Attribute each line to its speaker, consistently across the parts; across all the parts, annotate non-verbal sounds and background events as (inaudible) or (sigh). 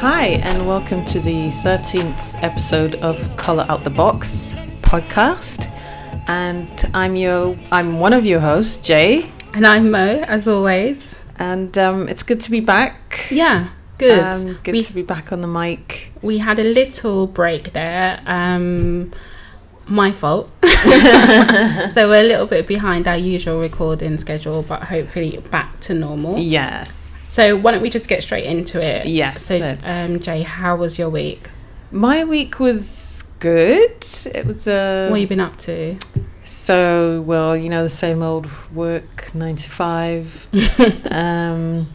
Speaker 1: Hi, and welcome to the 13th episode of Colour Out the Box podcast. And I'm your, I'm one of your hosts, Jay.
Speaker 2: And I'm Mo, as always.
Speaker 1: And um, it's good to be back.
Speaker 2: Yeah, good.
Speaker 1: Um, good
Speaker 2: we,
Speaker 1: to be back on the mic.
Speaker 2: we had a little break there. Um, my fault. (laughs) so we're a little bit behind our usual recording schedule, but hopefully back to normal.
Speaker 1: Yes.
Speaker 2: So why don't we just get straight into it?
Speaker 1: Yes,
Speaker 2: So,
Speaker 1: let's.
Speaker 2: um, Jay, how was your week?
Speaker 1: My week was good. It was uh, a.
Speaker 2: What have you been up to?
Speaker 1: So, well, you know, the same old work,
Speaker 2: (laughs)
Speaker 1: 95. um,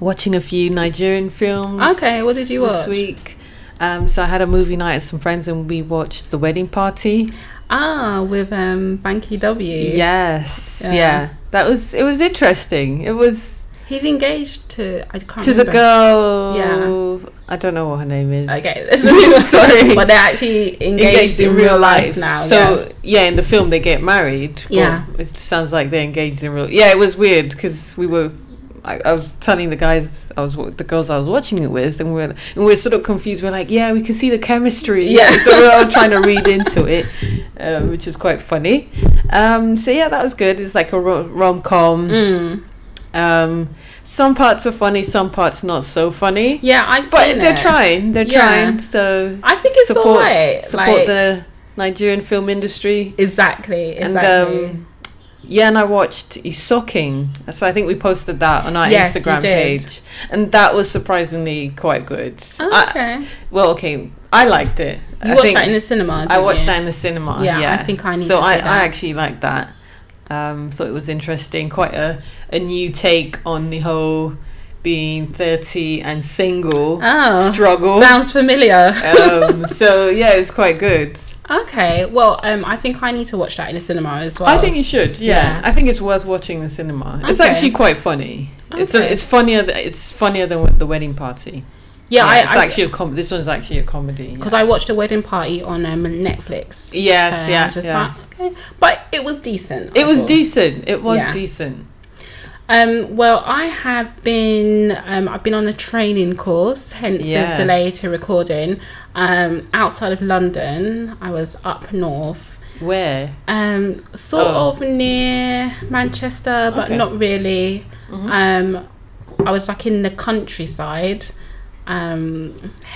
Speaker 1: watching a few Nigerian films.
Speaker 2: Okay, what did you
Speaker 1: this
Speaker 2: watch?
Speaker 1: week. Um, so, I had a movie night with some friends and we watched The Wedding Party.
Speaker 2: Ah, with um, Banky W.
Speaker 1: Yes. Yeah.
Speaker 2: Yeah.
Speaker 1: That was, it was interesting. It was
Speaker 2: He's engaged to, I can't
Speaker 1: to the
Speaker 2: remember.
Speaker 1: girl.
Speaker 2: Yeah.
Speaker 1: I don't know what her name is.
Speaker 2: (laughs) Okay,
Speaker 1: (laughs) Sorry.
Speaker 2: But they're actually engaged,
Speaker 1: engaged in, real life,
Speaker 2: now. yeah.
Speaker 1: So yeah. in the film they get married. but
Speaker 2: Yeah.
Speaker 1: it sounds like they're engaged in real. Yeah, it was weird because we were. I, I was telling the guys, I was wa- the girls I was watching it with, and we we're and we we're sort of confused. We're like, yeah, we can see the chemistry.
Speaker 2: (laughs) Yeah.
Speaker 1: so we're all trying to read into it, uh, which is quite funny. Um, so yeah, that was good. It's like a rom com.
Speaker 2: Mm.
Speaker 1: Um, some parts were funny, some parts not so funny.
Speaker 2: Yeah, I've
Speaker 1: But
Speaker 2: seen
Speaker 1: they're
Speaker 2: it.
Speaker 1: trying. They're
Speaker 2: Yeah.
Speaker 1: trying. So
Speaker 2: I think it's
Speaker 1: support
Speaker 2: alright.
Speaker 1: support
Speaker 2: like,
Speaker 1: the Nigerian film industry.
Speaker 2: exactly,
Speaker 1: And,
Speaker 2: exactly.
Speaker 1: um, Yeah, and I watched Isoking. So I think we posted that on our
Speaker 2: Yes, you
Speaker 1: Instagram
Speaker 2: did.
Speaker 1: page, and that was surprisingly quite good.
Speaker 2: Oh,
Speaker 1: I,
Speaker 2: okay,
Speaker 1: well, okay, I liked it.
Speaker 2: you
Speaker 1: I
Speaker 2: watched
Speaker 1: think
Speaker 2: that in the cinema.
Speaker 1: I
Speaker 2: didn't
Speaker 1: watched
Speaker 2: you?
Speaker 1: that in the cinema.
Speaker 2: Yeah,
Speaker 1: Yeah,
Speaker 2: I think I need
Speaker 1: So
Speaker 2: to
Speaker 1: I,
Speaker 2: see
Speaker 1: I
Speaker 2: that.
Speaker 1: actually liked that. Um, thought it was interesting. Quite a a new take on the whole being thirty and single
Speaker 2: Oh, (laughs)
Speaker 1: struggle.
Speaker 2: sounds familiar.
Speaker 1: um, so yeah, it was quite good.
Speaker 2: Okay, well, um, I think I need to watch that in the cinema as well.
Speaker 1: I think you should. Yeah.
Speaker 2: Yeah.
Speaker 1: I think it's worth watching the cinema. It's
Speaker 2: Okay.
Speaker 1: actually quite funny. It's a,
Speaker 2: Okay.
Speaker 1: it's funnier th- it's funnier than the wedding party.
Speaker 2: yeah, I,
Speaker 1: it's
Speaker 2: I,
Speaker 1: actually a com- this one's actually a comedy.
Speaker 2: because
Speaker 1: yeah.
Speaker 2: I watched a wedding party on um, Netflix.
Speaker 1: yes,
Speaker 2: and I
Speaker 1: yeah,
Speaker 2: was just
Speaker 1: yeah.
Speaker 2: like, okay, but it was decent. I
Speaker 1: it was
Speaker 2: thought.
Speaker 1: decent. It was
Speaker 2: Yeah.
Speaker 1: decent.
Speaker 2: Um, well, I have been um, I've been on a training course, hence
Speaker 1: Yes.
Speaker 2: the delay to recording. Um, outside of London, I was up north.
Speaker 1: Where?
Speaker 2: um sort
Speaker 1: Oh.
Speaker 2: of near manchester but
Speaker 1: Okay. Mm-hmm.
Speaker 2: not really um i was like in the countryside um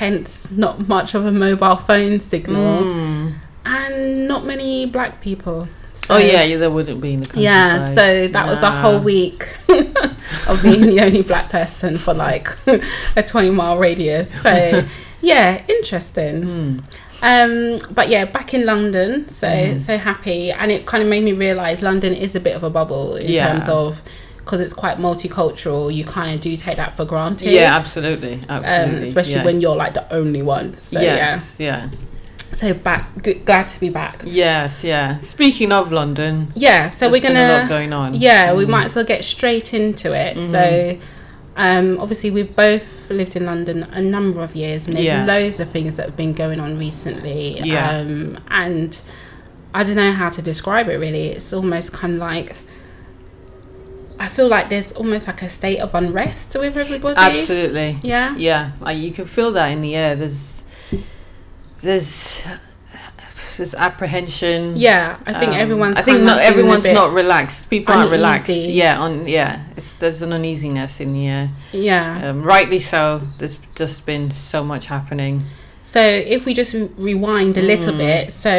Speaker 2: hence not much of a mobile phone signal
Speaker 1: Mm.
Speaker 2: Mm. and not many black people so,
Speaker 1: oh yeah, yeah, there wouldn't be in the countryside.
Speaker 2: yeah so that was a
Speaker 1: Nah.
Speaker 2: whole week (laughs) of being the only black person for like (laughs) a 20 mile radius
Speaker 1: (laughs)
Speaker 2: so yeah interesting
Speaker 1: Mm.
Speaker 2: um, but yeah, back in London, so
Speaker 1: Mm-hmm.
Speaker 2: so happy, and it kind of made me realise London is a bit of a bubble in
Speaker 1: Yeah.
Speaker 2: terms of because it's quite multicultural. You kind of do take that for granted,
Speaker 1: Yeah, absolutely. Absolutely.
Speaker 2: um, especially
Speaker 1: yeah.
Speaker 2: when you're like the only one. So
Speaker 1: Yes, yeah.
Speaker 2: yeah, so back, g- glad to be back.
Speaker 1: Yes, yeah. Speaking of London,
Speaker 2: Yeah, so
Speaker 1: there's
Speaker 2: we're
Speaker 1: been
Speaker 2: gonna
Speaker 1: a lot going on.
Speaker 2: yeah, we might as well get straight into it.
Speaker 1: Mm-hmm.
Speaker 2: So, um, obviously, we've both lived in London a number of years, and there's
Speaker 1: Yeah.
Speaker 2: loads of things that have been going on recently.
Speaker 1: Yeah.
Speaker 2: Um, and I don't know how to describe it really. It's almost kind of like I feel like there's almost like a state of unrest with everybody.
Speaker 1: Absolutely.
Speaker 2: Yeah.
Speaker 1: yeah like you can feel that in the air there's there's there's apprehension
Speaker 2: Yeah, I think
Speaker 1: Um,
Speaker 2: everyone's.
Speaker 1: i think
Speaker 2: kind of
Speaker 1: not
Speaker 2: feeling a
Speaker 1: everyone's
Speaker 2: bit-
Speaker 1: not relaxed people aren't relaxed
Speaker 2: uneasy.
Speaker 1: yeah on yeah it's there's an uneasiness in the air
Speaker 2: Yeah.
Speaker 1: um, rightly so there's just been so much happening
Speaker 2: So if we just re- rewind a
Speaker 1: Hmm.
Speaker 2: little bit, so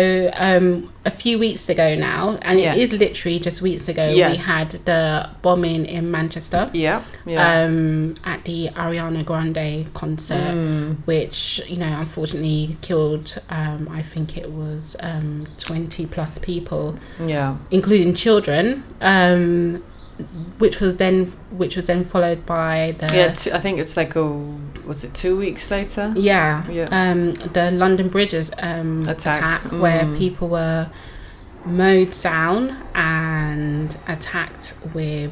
Speaker 2: um, a few weeks ago now, and
Speaker 1: Yeah.
Speaker 2: it is literally just weeks ago,
Speaker 1: Yes.
Speaker 2: we had the bombing in Manchester
Speaker 1: yeah yeah
Speaker 2: um, at the Ariana Grande concert,
Speaker 1: Mm.
Speaker 2: which you know unfortunately killed. Um, I think it was um, twenty plus people,
Speaker 1: yeah
Speaker 2: including children, um, which was then which was then followed by the
Speaker 1: yeah t- i think it's like a was it two weeks later
Speaker 2: yeah,
Speaker 1: Yeah.
Speaker 2: um the london bridges um
Speaker 1: Attack.
Speaker 2: attack, where
Speaker 1: Mm.
Speaker 2: people were mowed down and attacked with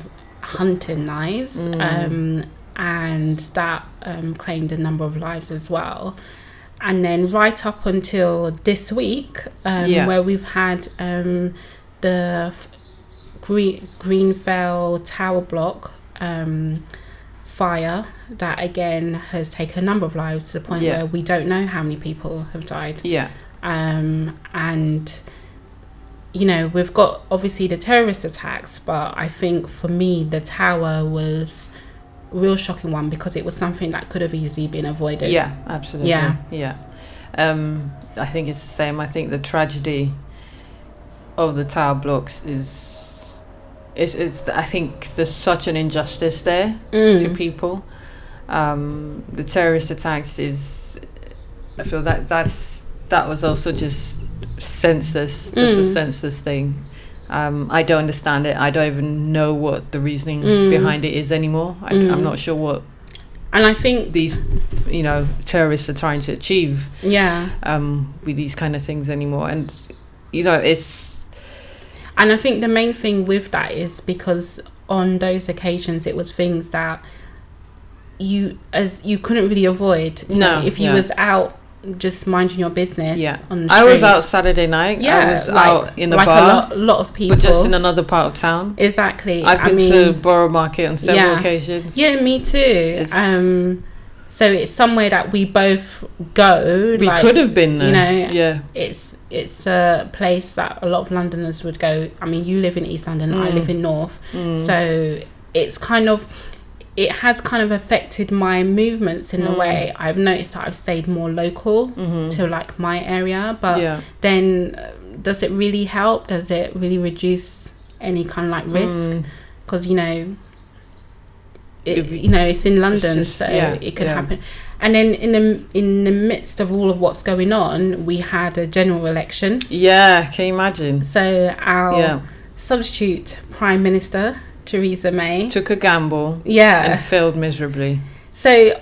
Speaker 2: hunting knives
Speaker 1: Mm.
Speaker 2: um and that um claimed a number of lives as well and then right up until this week um
Speaker 1: Yeah.
Speaker 2: where we've had um the Green, Greenfell Tower block um, fire that again has taken a number of lives to the point
Speaker 1: Yeah.
Speaker 2: where we don't know how many people have died.
Speaker 1: Yeah.
Speaker 2: Um, and you know, we've got obviously the terrorist attacks, but I think for me, the tower was a real shocking one because it was something that could have easily been avoided.
Speaker 1: Yeah, absolutely.
Speaker 2: Yeah.
Speaker 1: yeah. Um, I think it's the same. I think the tragedy of the tower blocks is, it's, it's. I think there's such an injustice there
Speaker 2: Mm.
Speaker 1: to people. Um, the terrorist attacks is. I feel that that's that was also just senseless, just a
Speaker 2: Mm.
Speaker 1: senseless thing. Um, I don't understand it. I don't even know what the reasoning
Speaker 2: Mm.
Speaker 1: behind it is anymore. I, I'm
Speaker 2: Mm.
Speaker 1: not sure what
Speaker 2: And I think,
Speaker 1: these you know terrorists are trying to achieve
Speaker 2: yeah,
Speaker 1: um, with these kind of things anymore and you know it's
Speaker 2: And I think the main thing with that is because on those occasions it was things that you as you couldn't really avoid. You
Speaker 1: No,
Speaker 2: know, if you
Speaker 1: yeah.
Speaker 2: was out just minding your business.
Speaker 1: Yeah.
Speaker 2: on the
Speaker 1: I was
Speaker 2: street-
Speaker 1: out Saturday night
Speaker 2: Yeah,
Speaker 1: I was
Speaker 2: like,
Speaker 1: out in a
Speaker 2: like
Speaker 1: bar
Speaker 2: A lot, lot of people.
Speaker 1: but just in another part of town
Speaker 2: exactly.
Speaker 1: I've
Speaker 2: I
Speaker 1: been
Speaker 2: mean,
Speaker 1: to Borough Market on several
Speaker 2: Yeah.
Speaker 1: occasions
Speaker 2: Yeah, me too.
Speaker 1: It's-
Speaker 2: Um, so it's somewhere that we both go.
Speaker 1: we
Speaker 2: like,
Speaker 1: could have been there
Speaker 2: you know,
Speaker 1: yeah
Speaker 2: it's it's a place that a lot of Londoners would go. I mean, you live in East London, I
Speaker 1: Mm.
Speaker 2: live in North.
Speaker 1: Mm.
Speaker 2: So it's kind of it has kind of affected my movements in a
Speaker 1: Mm.
Speaker 2: way. I've noticed that I've stayed more local
Speaker 1: Mhm.
Speaker 2: to like my area, Mm-hmm. but
Speaker 1: yeah
Speaker 2: then uh, does it really help? Does it really reduce any kind of like risk?
Speaker 1: Mm.
Speaker 2: Because you know, it,
Speaker 1: If-
Speaker 2: you know it's in London,
Speaker 1: just-
Speaker 2: so
Speaker 1: yeah,
Speaker 2: it could
Speaker 1: yeah.
Speaker 2: happen. And then in the in the midst of all of what's going on, we had a general election.
Speaker 1: yeah can you imagine
Speaker 2: So our
Speaker 1: yeah
Speaker 2: substitute prime minister Theresa May
Speaker 1: took a gamble
Speaker 2: yeah.
Speaker 1: and failed miserably
Speaker 2: So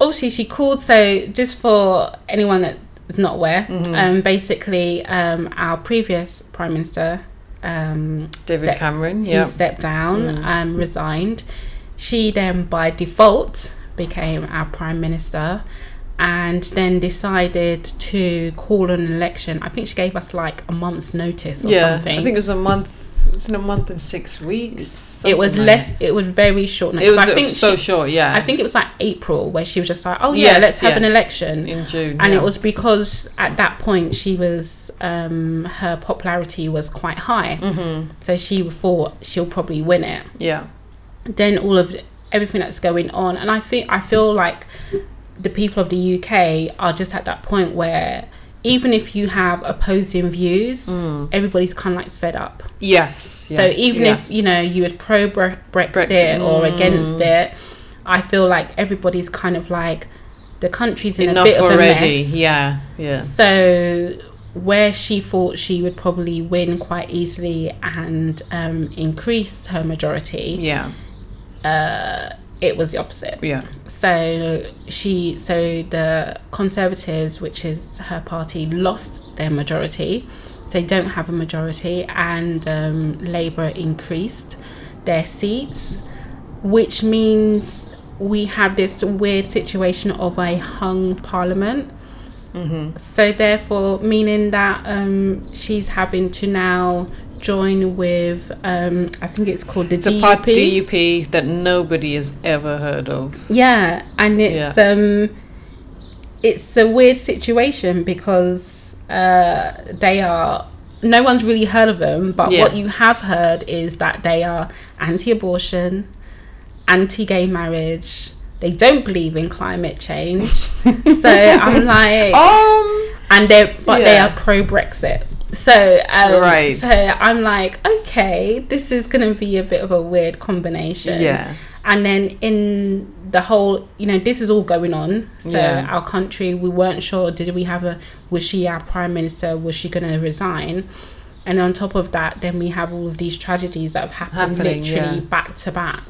Speaker 2: obviously she called. So just for anyone that is not aware,
Speaker 1: Mhm.
Speaker 2: um, basically um, our previous prime minister, um,
Speaker 1: David
Speaker 2: step-
Speaker 1: Cameron
Speaker 2: he
Speaker 1: yeah
Speaker 2: stepped down,
Speaker 1: Mm.
Speaker 2: um, resigned. She then by default became our prime minister. And then decided to call an election. I think she gave us like a month's notice or
Speaker 1: yeah
Speaker 2: something.
Speaker 1: I think it was a month it's in a month and six weeks
Speaker 2: it was
Speaker 1: something like
Speaker 2: less. It was very short notice.
Speaker 1: It was
Speaker 2: I think
Speaker 1: so
Speaker 2: she-
Speaker 1: short, yeah.
Speaker 2: I think it was like April where she was just like, "Oh yeah,
Speaker 1: Yes,
Speaker 2: let's have
Speaker 1: yeah.
Speaker 2: an election."
Speaker 1: in June,
Speaker 2: and
Speaker 1: yeah.
Speaker 2: it was because at that point she was um, her popularity was quite high
Speaker 1: Mhm.
Speaker 2: so she thought she'll probably win it
Speaker 1: yeah,
Speaker 2: then all of everything that's going on and i think i feel like the people of the uk are just at that point where even if you have opposing views everybody's kind of like fed up
Speaker 1: mm. yes.
Speaker 2: so
Speaker 1: yeah,
Speaker 2: even
Speaker 1: yeah.
Speaker 2: if you know you was pro Bre- Brexit,
Speaker 1: Brexit,
Speaker 2: or
Speaker 1: mm.
Speaker 2: against it, I feel like everybody's kind of like the country's in a
Speaker 1: enough
Speaker 2: bit
Speaker 1: already,
Speaker 2: of a mess.
Speaker 1: yeah, yeah,
Speaker 2: So where she thought she would probably win quite easily and um, increase her majority,
Speaker 1: yeah,
Speaker 2: uh, it was the opposite.
Speaker 1: yeah,
Speaker 2: So she, so the Conservatives, which is her party, lost their majority. They don't have a majority, and um, Labour increased their seats, which means we have this weird situation of a hung parliament.
Speaker 1: mm-hmm.
Speaker 2: So therefore, meaning that um, she's having to now join with, um, I think it's called the
Speaker 1: It's a part DUP that nobody has ever heard of.
Speaker 2: Yeah, and it's um it's a weird situation because uh they are no one's really heard of them, but
Speaker 1: Yeah.
Speaker 2: what you have heard is that they are anti-abortion, anti-gay marriage. They don't believe in climate change. so I'm like
Speaker 1: Um,
Speaker 2: and they but they
Speaker 1: Yeah.
Speaker 2: are pro Brexit. So um,
Speaker 1: Right.
Speaker 2: so I'm like, okay, this is going to be a bit of a weird combination.
Speaker 1: Yeah.
Speaker 2: And then in the whole, you know, this is all going on. So
Speaker 1: Yeah.
Speaker 2: our country, we weren't sure. Did we have a? Was she our prime minister? Was she going to resign? And on top of that, then we have all of these tragedies that have happened
Speaker 1: Happening,
Speaker 2: literally
Speaker 1: yeah. Mm-hmm.
Speaker 2: back to back.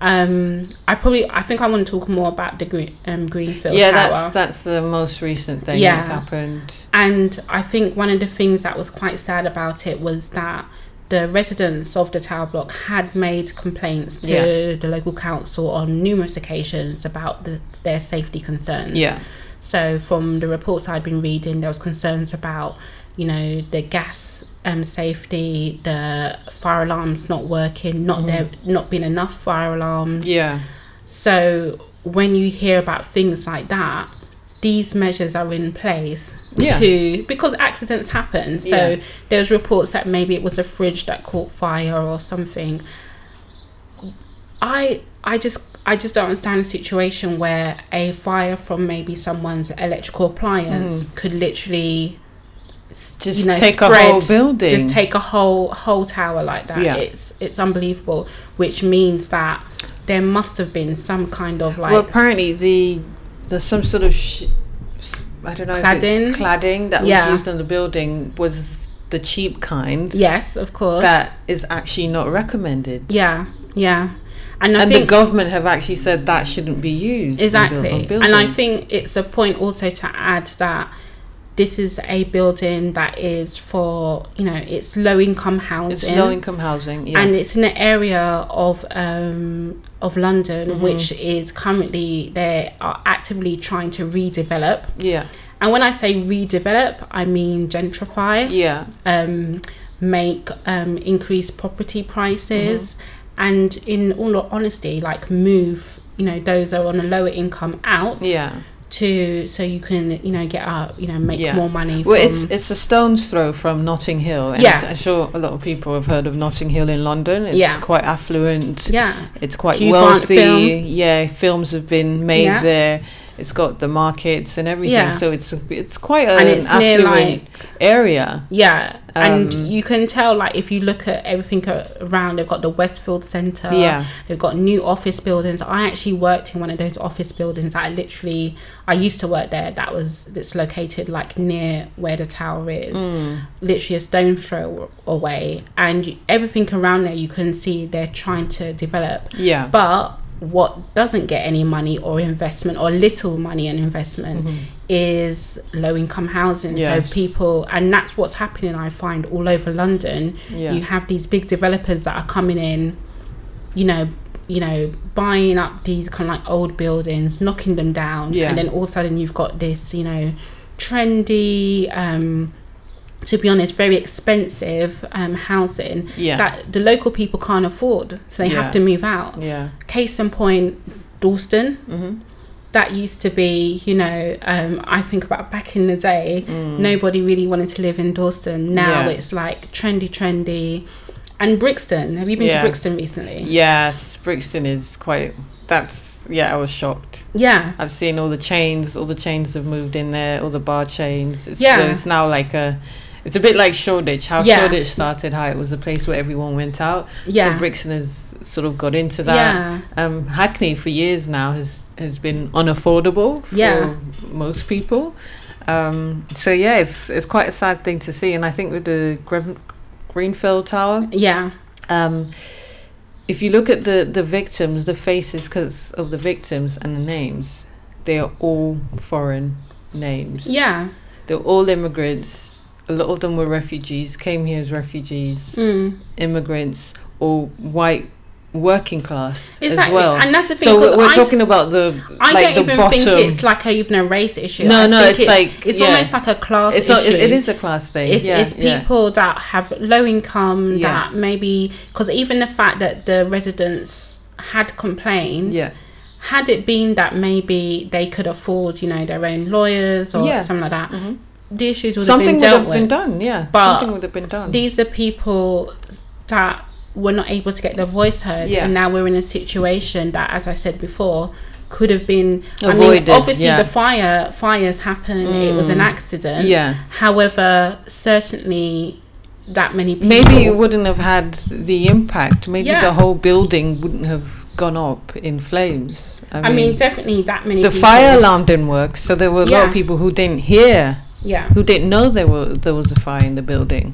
Speaker 2: Um, I probably, I think I want to talk more about the green, um, Greenfield
Speaker 1: yeah,
Speaker 2: Tower.
Speaker 1: that's that's the most recent thing
Speaker 2: Yeah.
Speaker 1: that's happened.
Speaker 2: And I think one of the things that was quite sad about it was that the residents of the tower block had made complaints to
Speaker 1: Yeah.
Speaker 2: the local council on numerous occasions about the, their safety concerns.
Speaker 1: Yeah,
Speaker 2: So from the reports I'd been reading, there was concerns about, you know, the gas um, safety,
Speaker 1: Mm.
Speaker 2: the fire alarms not working, not there not being enough fire alarms
Speaker 1: yeah,
Speaker 2: So when you hear about things like that, these measures are in place
Speaker 1: Yeah.
Speaker 2: to because accidents happen. So
Speaker 1: Yeah.
Speaker 2: there's reports that maybe it was a fridge that caught fire or something. I I just I just don't understand a situation where a fire from maybe someone's electrical appliance could literally s-
Speaker 1: Mm. Just
Speaker 2: you know,
Speaker 1: take a whole
Speaker 2: spread
Speaker 1: building.
Speaker 2: just take a whole whole tower like that.
Speaker 1: Yeah.
Speaker 2: It's it's unbelievable, which means that there must have been some kind of like
Speaker 1: well, apparently the there's some sort of sh- s- I don't know if
Speaker 2: Cladding?
Speaker 1: it's cladding that
Speaker 2: Yeah.
Speaker 1: was used on the building was the cheap kind
Speaker 2: yes, of course.
Speaker 1: that is actually not recommended.
Speaker 2: yeah, yeah, and I
Speaker 1: and the
Speaker 2: think
Speaker 1: government have actually said that shouldn't be used in buil- on
Speaker 2: exactly, and I
Speaker 1: buildings.
Speaker 2: think it's a point also to add that this is a building that is for you know it's low income housing.
Speaker 1: it's low income housing. Yeah.
Speaker 2: and it's in an area of um, of London
Speaker 1: Mm-hmm.
Speaker 2: which is currently they are actively trying to redevelop.
Speaker 1: yeah,
Speaker 2: And when I say redevelop, I mean gentrify,
Speaker 1: yeah,
Speaker 2: um, make um, increase property prices,
Speaker 1: Mm-hmm.
Speaker 2: and in all honesty, like move you know those that are on a lower income out
Speaker 1: yeah.
Speaker 2: to so you can you know get up you know make
Speaker 1: Yeah.
Speaker 2: more money.
Speaker 1: Well, it's
Speaker 2: from-
Speaker 1: it's a stone's throw from Notting Hill. And
Speaker 2: Yeah.
Speaker 1: I'm sure a lot of people have heard of Notting Hill in London. It's
Speaker 2: Yeah.
Speaker 1: quite affluent.
Speaker 2: yeah,
Speaker 1: It's quite
Speaker 2: Hugh Grant
Speaker 1: wealthy.
Speaker 2: film.
Speaker 1: Yeah, films have been made
Speaker 2: Yeah.
Speaker 1: there. It's got the markets and everything.
Speaker 2: Yeah.
Speaker 1: So it's it's quite an
Speaker 2: and it's near
Speaker 1: affluent
Speaker 2: like
Speaker 1: area.
Speaker 2: Yeah, and
Speaker 1: Um,
Speaker 2: you can tell like if you look at everything a- around, they've got the Westfield Centre.
Speaker 1: Yeah.
Speaker 2: they've got new office buildings. I actually worked in one of those office buildings. I literally, I used to work there. That was that's located like near where the tower is,
Speaker 1: Mm.
Speaker 2: literally a stone throw away. And you, everything around there, you can see they're trying to develop.
Speaker 1: Yeah.
Speaker 2: But what doesn't get any money or investment or little money and investment
Speaker 1: Mm-hmm.
Speaker 2: is low income housing.
Speaker 1: Yes.
Speaker 2: So people, and that's what's happening, I find, all over London.
Speaker 1: Yeah.
Speaker 2: You have these big developers that are coming in, you know. You know, buying up these kind of like old buildings, knocking them down,
Speaker 1: Yeah.
Speaker 2: and then all of a sudden you've got this, you know, trendy, um, to be honest, very expensive um, housing
Speaker 1: yeah.
Speaker 2: that the local people can't afford, so they
Speaker 1: Yeah.
Speaker 2: have to move out.
Speaker 1: yeah.
Speaker 2: Case in point, Dalston.
Speaker 1: Mhm.
Speaker 2: That used to be, you know, um, I think about back in the day,
Speaker 1: Mm.
Speaker 2: nobody really wanted to live in Dalston. Now
Speaker 1: Yeah.
Speaker 2: it's like trendy, trendy. And Brixton, have you been
Speaker 1: Yeah.
Speaker 2: to Brixton recently?
Speaker 1: Yes, Brixton is quite. That's yeah. I was shocked.
Speaker 2: Yeah,
Speaker 1: I've seen all the chains. All the chains have moved in there. All the bar chains. It's,
Speaker 2: Yeah.
Speaker 1: It's now like a. It's a bit like Shoreditch. How
Speaker 2: Yeah.
Speaker 1: Shoreditch started. How it was a place where everyone went out.
Speaker 2: yeah,
Speaker 1: So Brixton has sort of got into that. Um, Hackney for years now has has been unaffordable for
Speaker 2: Yeah.
Speaker 1: most people. Um, so yeah, it's it's quite a sad thing to see, and I think with the Gre- Greenfield Tower,
Speaker 2: yeah, yeah,
Speaker 1: um, if you look at the the victims, the faces 'cause of the victims and the names, they are all foreign names.
Speaker 2: yeah.
Speaker 1: they're all immigrants. A lot of them were refugees, came here as refugees,
Speaker 2: Mm.
Speaker 1: immigrants, or white working class as
Speaker 2: Exactly.
Speaker 1: well.
Speaker 2: And that's the thing.
Speaker 1: So
Speaker 2: 'cause
Speaker 1: we're, we're
Speaker 2: I,
Speaker 1: talking about the
Speaker 2: I
Speaker 1: like
Speaker 2: don't
Speaker 1: the
Speaker 2: even
Speaker 1: bottom.
Speaker 2: think it's like a even a race issue.
Speaker 1: no,
Speaker 2: I
Speaker 1: no,
Speaker 2: think
Speaker 1: it's, like
Speaker 2: it's
Speaker 1: yeah.
Speaker 2: almost like a class
Speaker 1: it's
Speaker 2: issue.
Speaker 1: not, it, it is a class thing.
Speaker 2: It's,
Speaker 1: yeah,
Speaker 2: it's
Speaker 1: yeah.
Speaker 2: people that have low income
Speaker 1: Yeah.
Speaker 2: that maybe because even the fact that the residents had complained,
Speaker 1: Yeah,
Speaker 2: had it been that maybe they could afford, you know, their own lawyers or
Speaker 1: Yeah.
Speaker 2: something like that,
Speaker 1: Mhm.
Speaker 2: the issues would
Speaker 1: something would
Speaker 2: have been dealt
Speaker 1: have
Speaker 2: with.
Speaker 1: been done. Yeah,
Speaker 2: But
Speaker 1: something would have been done.
Speaker 2: These are people that were not able to get their voice heard,
Speaker 1: Yeah.
Speaker 2: and now we're in a situation that, as I said before, could have been I
Speaker 1: Avoided,
Speaker 2: mean, obviously,
Speaker 1: yeah. Mm.
Speaker 2: the fire fires happened; it was an accident.
Speaker 1: yeah,
Speaker 2: However, certainly that many people.
Speaker 1: maybe it wouldn't have had the impact. Maybe
Speaker 2: Yeah.
Speaker 1: the whole building wouldn't have gone up in flames. I mean,
Speaker 2: I mean, definitely that many.
Speaker 1: the
Speaker 2: people.
Speaker 1: fire alarm didn't work, so there were a lot
Speaker 2: Yeah.
Speaker 1: of people who didn't hear
Speaker 2: Yeah.
Speaker 1: who didn't know there were there was a fire in the building.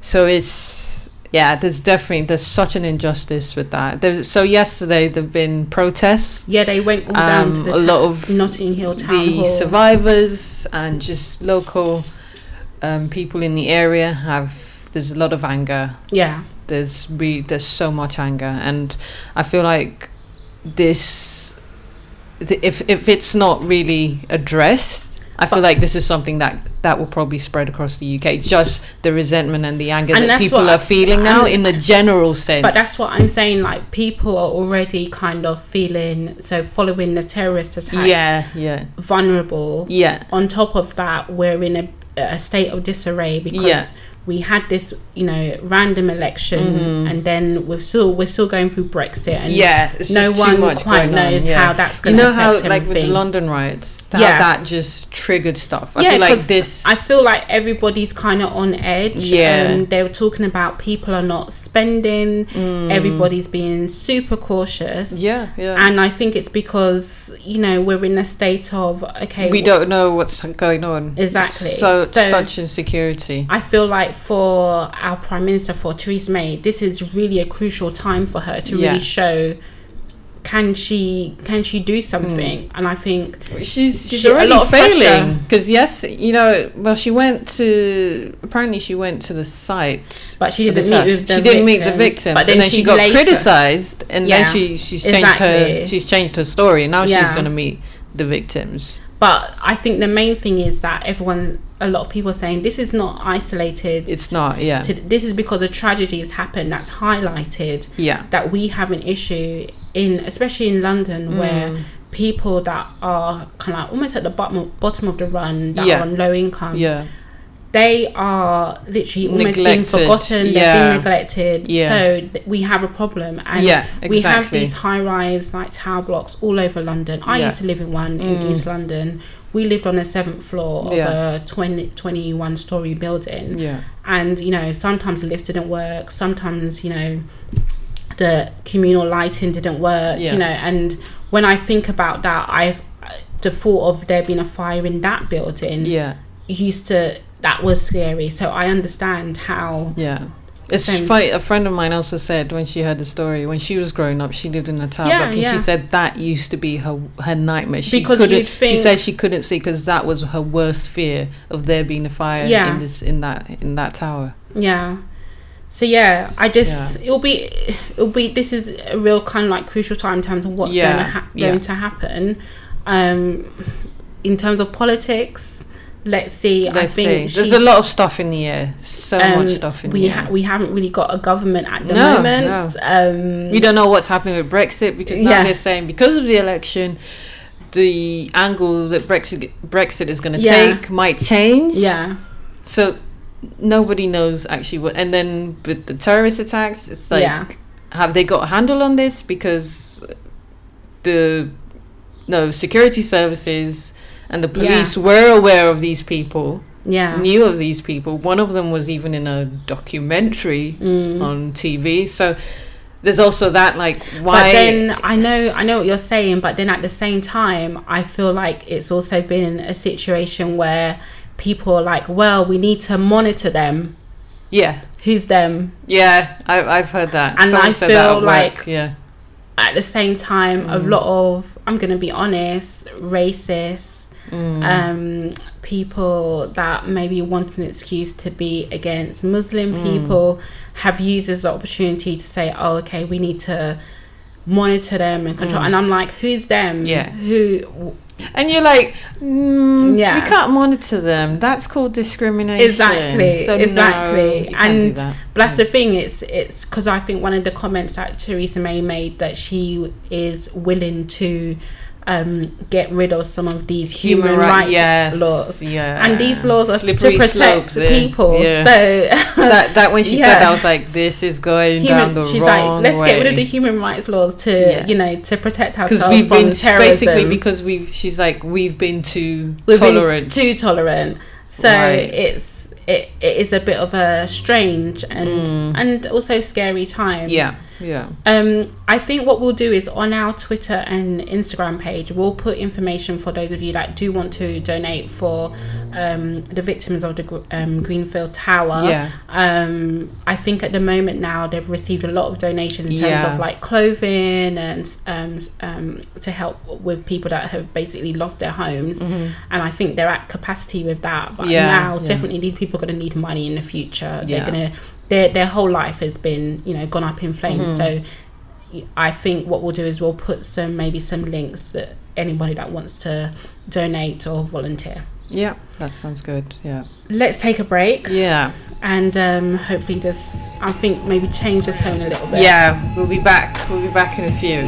Speaker 1: So it's yeah, there's definitely there's such an injustice with that. There's, so yesterday there've been protests.
Speaker 2: Yeah, they went all down to
Speaker 1: Um,
Speaker 2: the
Speaker 1: a
Speaker 2: ta-
Speaker 1: lot of
Speaker 2: Notting Hill town
Speaker 1: The
Speaker 2: hall.
Speaker 1: survivors and just local um, people in the area have there's a lot of anger.
Speaker 2: yeah.
Speaker 1: There's re- there's so much anger, and I feel like this. the- If if it's not really addressed, I feel like this is something that that will probably spread across the UK. Just the resentment and the anger
Speaker 2: And
Speaker 1: that
Speaker 2: that's
Speaker 1: people
Speaker 2: what I-
Speaker 1: are feeling now, in the general sense.
Speaker 2: But that's what I'm saying. Like people are already kind of feeling so following the terrorist attacks,
Speaker 1: Yeah, yeah,
Speaker 2: vulnerable.
Speaker 1: yeah,
Speaker 2: On top of that, we're in a, a state of disarray because
Speaker 1: Yeah.
Speaker 2: we had this, you know, random election, and then we're still we're still going through Brexit, and
Speaker 1: Mm-hmm. yeah. It's
Speaker 2: no
Speaker 1: just
Speaker 2: one
Speaker 1: too much
Speaker 2: quite
Speaker 1: going
Speaker 2: knows
Speaker 1: on. yeah.
Speaker 2: how that's
Speaker 1: you
Speaker 2: going to
Speaker 1: know
Speaker 2: affect
Speaker 1: how like with the
Speaker 2: everything.
Speaker 1: London riots, how
Speaker 2: Yeah.
Speaker 1: that just triggered stuff. I
Speaker 2: Yeah,
Speaker 1: feel like
Speaker 2: 'cause
Speaker 1: this.
Speaker 2: I feel like everybody's kind of on edge.
Speaker 1: Yeah.
Speaker 2: Um, they were talking about people are not spending,
Speaker 1: Mm.
Speaker 2: everybody's being super cautious.
Speaker 1: yeah, yeah.
Speaker 2: And I think it's because, you know, we're in a state of, okay,
Speaker 1: we don't know what's going on.
Speaker 2: Exactly.
Speaker 1: So,
Speaker 2: So-
Speaker 1: such insecurity.
Speaker 2: I feel like for our Prime Minister, for Theresa May, this is really a crucial time for her to
Speaker 1: Yeah.
Speaker 2: really show can she can she do
Speaker 1: Mm.
Speaker 2: something and i think
Speaker 1: She's she's
Speaker 2: She- a
Speaker 1: already
Speaker 2: lot of
Speaker 1: failing
Speaker 2: pressure.
Speaker 1: because yes, you know. Well, she went to apparently she went to the site.
Speaker 2: but she
Speaker 1: the
Speaker 2: didn't meet
Speaker 1: site.
Speaker 2: with the
Speaker 1: she didn't meet the
Speaker 2: victims,
Speaker 1: victims, and then she, got
Speaker 2: later-
Speaker 1: criticized, and
Speaker 2: Yeah.
Speaker 1: then she she's changed her
Speaker 2: Exactly.
Speaker 1: she's changed her story. Now she's
Speaker 2: Yeah.
Speaker 1: going to meet the victims.
Speaker 2: But I think the main thing is that everyone, a lot of people are saying this is not isolated.
Speaker 1: It's not. Yeah.
Speaker 2: To, this is because a tragedy has happened that's highlighted
Speaker 1: yeah.
Speaker 2: that we have an issue in, especially in London,
Speaker 1: Mm.
Speaker 2: where people that are kind of almost at the bottom bottom of the run, that
Speaker 1: Yeah.
Speaker 2: are on low income,
Speaker 1: Yeah.
Speaker 2: they are literally almost
Speaker 1: Neglected.
Speaker 2: being forgotten. They've
Speaker 1: Yeah.
Speaker 2: been neglected.
Speaker 1: Yeah.
Speaker 2: So th- we have a problem, and
Speaker 1: Yeah,
Speaker 2: we have
Speaker 1: exactly.
Speaker 2: these high-rise like tower blocks all over London. I
Speaker 1: Yeah. Mm.
Speaker 2: used to live in one in East London. We lived on the seventh floor of
Speaker 1: Yeah.
Speaker 2: a 20, 21 story building,
Speaker 1: Yeah.
Speaker 2: and you know sometimes the lift didn't work. Sometimes you know the communal lighting didn't work.
Speaker 1: Yeah.
Speaker 2: You know, and when I think about that, I've the thought of there being a fire in that building
Speaker 1: Yeah.
Speaker 2: used to that was scary so i understand how
Speaker 1: Yeah. It's
Speaker 2: Same.
Speaker 1: funny. A friend of mine also said when she heard the story when she was growing up, she lived in a tower
Speaker 2: Yeah,
Speaker 1: block, and
Speaker 2: yeah.
Speaker 1: she said that used to be her her nightmare. She
Speaker 2: Because
Speaker 1: couldn't.
Speaker 2: you'd
Speaker 1: she
Speaker 2: think-
Speaker 1: said she couldn't see because that was her worst fear of there being a fire
Speaker 2: Yeah.
Speaker 1: in this in that in that tower.
Speaker 2: yeah so yeah i just it'll be it'll be this is a real kind of like crucial time in terms of what's
Speaker 1: Yeah,
Speaker 2: going, to ha-
Speaker 1: yeah.
Speaker 2: going to happen um in terms of politics let's see i
Speaker 1: Let's
Speaker 2: think
Speaker 1: see. There's
Speaker 2: she's-
Speaker 1: a lot of stuff in the air. So
Speaker 2: um,
Speaker 1: much stuff in
Speaker 2: we
Speaker 1: the air.
Speaker 2: ha- we haven't really got a government at the
Speaker 1: No,
Speaker 2: moment
Speaker 1: no.
Speaker 2: um
Speaker 1: we don't know what's happening with Brexit because now
Speaker 2: Yeah.
Speaker 1: they're saying because of the election, the angle that Brexit Brexit is going to
Speaker 2: Yeah.
Speaker 1: take might change.
Speaker 2: yeah
Speaker 1: So nobody knows actually what. And then with the terrorist attacks, it's like,
Speaker 2: Yeah.
Speaker 1: have they got a handle on this? Because the no security services and the
Speaker 2: Yeah.
Speaker 1: police were aware of these people,
Speaker 2: yeah
Speaker 1: knew of these people. One of them was even in a documentary
Speaker 2: Mm.
Speaker 1: on TV. So there's also that, like, why?
Speaker 2: But then I know I know what you're saying, but then at the same time, I feel like it's also been a situation where people are like, "Well, we need to monitor them.
Speaker 1: yeah,
Speaker 2: Who's them?"
Speaker 1: yeah, I, I've heard that.
Speaker 2: And
Speaker 1: Someone
Speaker 2: I
Speaker 1: said that
Speaker 2: feel
Speaker 1: at work,
Speaker 2: like-
Speaker 1: yeah,
Speaker 2: At the same time, a
Speaker 1: Mm.
Speaker 2: lot of I'm gonna be honest, racist
Speaker 1: Mm.
Speaker 2: um, people that maybe want an excuse to be against Muslim
Speaker 1: Mm.
Speaker 2: people have used this opportunity to say, "Oh, okay, we need to." monitor them and control and i'm like who's them
Speaker 1: Mm. Yeah.
Speaker 2: who
Speaker 1: and you're like, mm,
Speaker 2: Yeah.
Speaker 1: we can't monitor them. That's called discrimination.
Speaker 2: exactly
Speaker 1: So no,
Speaker 2: exactly
Speaker 1: you can't do
Speaker 2: and
Speaker 1: that.
Speaker 2: but that's the thing it's it's because i think one of the comments that theresa may made that she is willing to um get rid of some of these human,
Speaker 1: ri-
Speaker 2: rights
Speaker 1: yes,
Speaker 2: laws
Speaker 1: yeah,
Speaker 2: and these laws are
Speaker 1: Slippery
Speaker 2: to protect
Speaker 1: slopes
Speaker 2: the
Speaker 1: there,
Speaker 2: people
Speaker 1: Yeah.
Speaker 2: so
Speaker 1: (laughs) that that when she said
Speaker 2: Yeah.
Speaker 1: that, I was like, this is going down
Speaker 2: human,
Speaker 1: the
Speaker 2: she's
Speaker 1: wrong
Speaker 2: like let's
Speaker 1: way.
Speaker 2: get rid of the human rights laws to
Speaker 1: Yeah.
Speaker 2: you know to protect ourselves
Speaker 1: because we've
Speaker 2: from
Speaker 1: been
Speaker 2: terrorism.
Speaker 1: basically because we she's like we've been too
Speaker 2: We've been
Speaker 1: tolerant
Speaker 2: too tolerant so
Speaker 1: Right.
Speaker 2: it's it, it is a bit of a strange and and also scary time
Speaker 1: Mm. yeah yeah
Speaker 2: um i think what we'll do is on our twitter and instagram page we'll put information for those of you that do want to donate for um the victims of the gr- um, greenfield tower
Speaker 1: Yeah.
Speaker 2: um i think at the moment now they've received a lot of donations in terms
Speaker 1: Yeah.
Speaker 2: of like clothing and um, s- um to help with people that have basically lost their homes
Speaker 1: Mm-hmm.
Speaker 2: and i think they're at capacity with that but
Speaker 1: Yeah,
Speaker 2: now
Speaker 1: yeah.
Speaker 2: definitely these people are going to need money in the future
Speaker 1: Yeah.
Speaker 2: they're going to their their whole life has been you know gone up in flames so I think what we'll do is we'll put some maybe some links that anybody that wants to donate or volunteer.
Speaker 1: Yeah, that sounds good. Yeah.
Speaker 2: Let's take a break
Speaker 1: Yeah.
Speaker 2: and um, hopefully just, I think, maybe change the tone a little bit.
Speaker 1: Yeah, we'll be back. We'll be back in a few.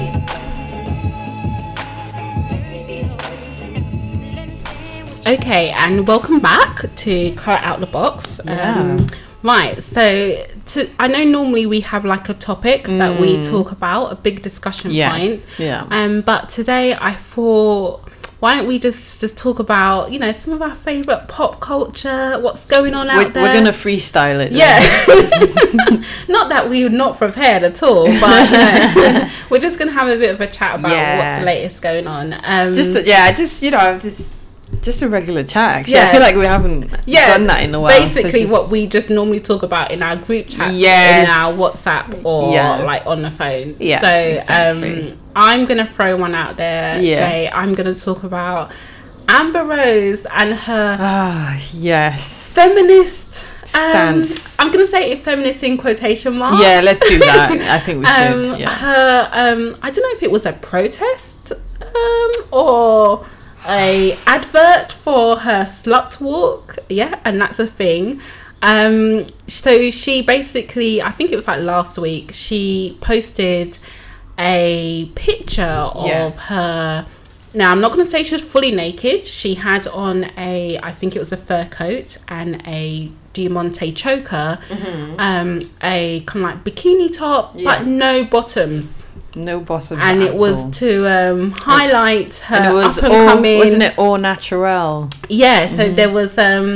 Speaker 2: Okay, and welcome back to Cut Out the Box.
Speaker 1: Yeah.
Speaker 2: Um, right, so to, I know normally we have like a topic that we talk about, a big discussion
Speaker 1: Mm. Yes. Yeah.
Speaker 2: point. Um, but today I thought, why don't we just just talk about you know some of our favorite pop culture, what's going on
Speaker 1: We're,
Speaker 2: out there?
Speaker 1: we're gonna freestyle (laughs) it.
Speaker 2: Yeah. (laughs) not that we were not prepared at all, but
Speaker 1: (laughs)
Speaker 2: uh, we're just going to have a bit of a chat about
Speaker 1: Yeah.
Speaker 2: what's the latest going on. Um,
Speaker 1: Just yeah, just you know, just just a regular chat. Actually, I
Speaker 2: Yeah.
Speaker 1: feel like we haven't done that in a while. so
Speaker 2: Basically,
Speaker 1: just-
Speaker 2: what we just normally talk about in our group chat,
Speaker 1: Yes.
Speaker 2: in our WhatsApp, or
Speaker 1: Yeah.
Speaker 2: like on the phone.
Speaker 1: Yeah,
Speaker 2: So
Speaker 1: exactly.
Speaker 2: um, I'm gonna throw one out there,
Speaker 1: Yeah.
Speaker 2: Jay. I'm gonna talk about Amber Rose and her
Speaker 1: ah yes
Speaker 2: feminist um,
Speaker 1: Stance.
Speaker 2: I'm gonna say feminist in quotation marks.
Speaker 1: Yeah, let's do
Speaker 2: (laughs)
Speaker 1: that. I think we should.
Speaker 2: Um,
Speaker 1: yeah.
Speaker 2: Her, um, I don't know if it was a protest um, or a advert for her slut walk. Yeah, and that's a thing. Um, so she basically, I think it was like last week, she posted a picture
Speaker 1: Yeah.
Speaker 2: of her. Now I'm not going to say she was fully naked. She had on a, I think it was a fur coat and a diamante choker, um, a kind of like bikini top,
Speaker 1: Mm-hmm. Yeah.
Speaker 2: but no bottoms,
Speaker 1: No bottom.
Speaker 2: and it was
Speaker 1: all.
Speaker 2: to um, highlight her
Speaker 1: and it was
Speaker 2: up and
Speaker 1: all
Speaker 2: coming.
Speaker 1: wasn't it Mm-hmm. all natural?
Speaker 2: Yeah, so there was um,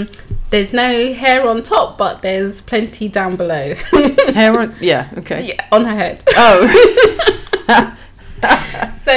Speaker 2: there's no hair on top, but there's plenty down below
Speaker 1: Hair on (laughs) yeah okay
Speaker 2: yeah, (laughs) on her head. (laughs)
Speaker 1: oh
Speaker 2: So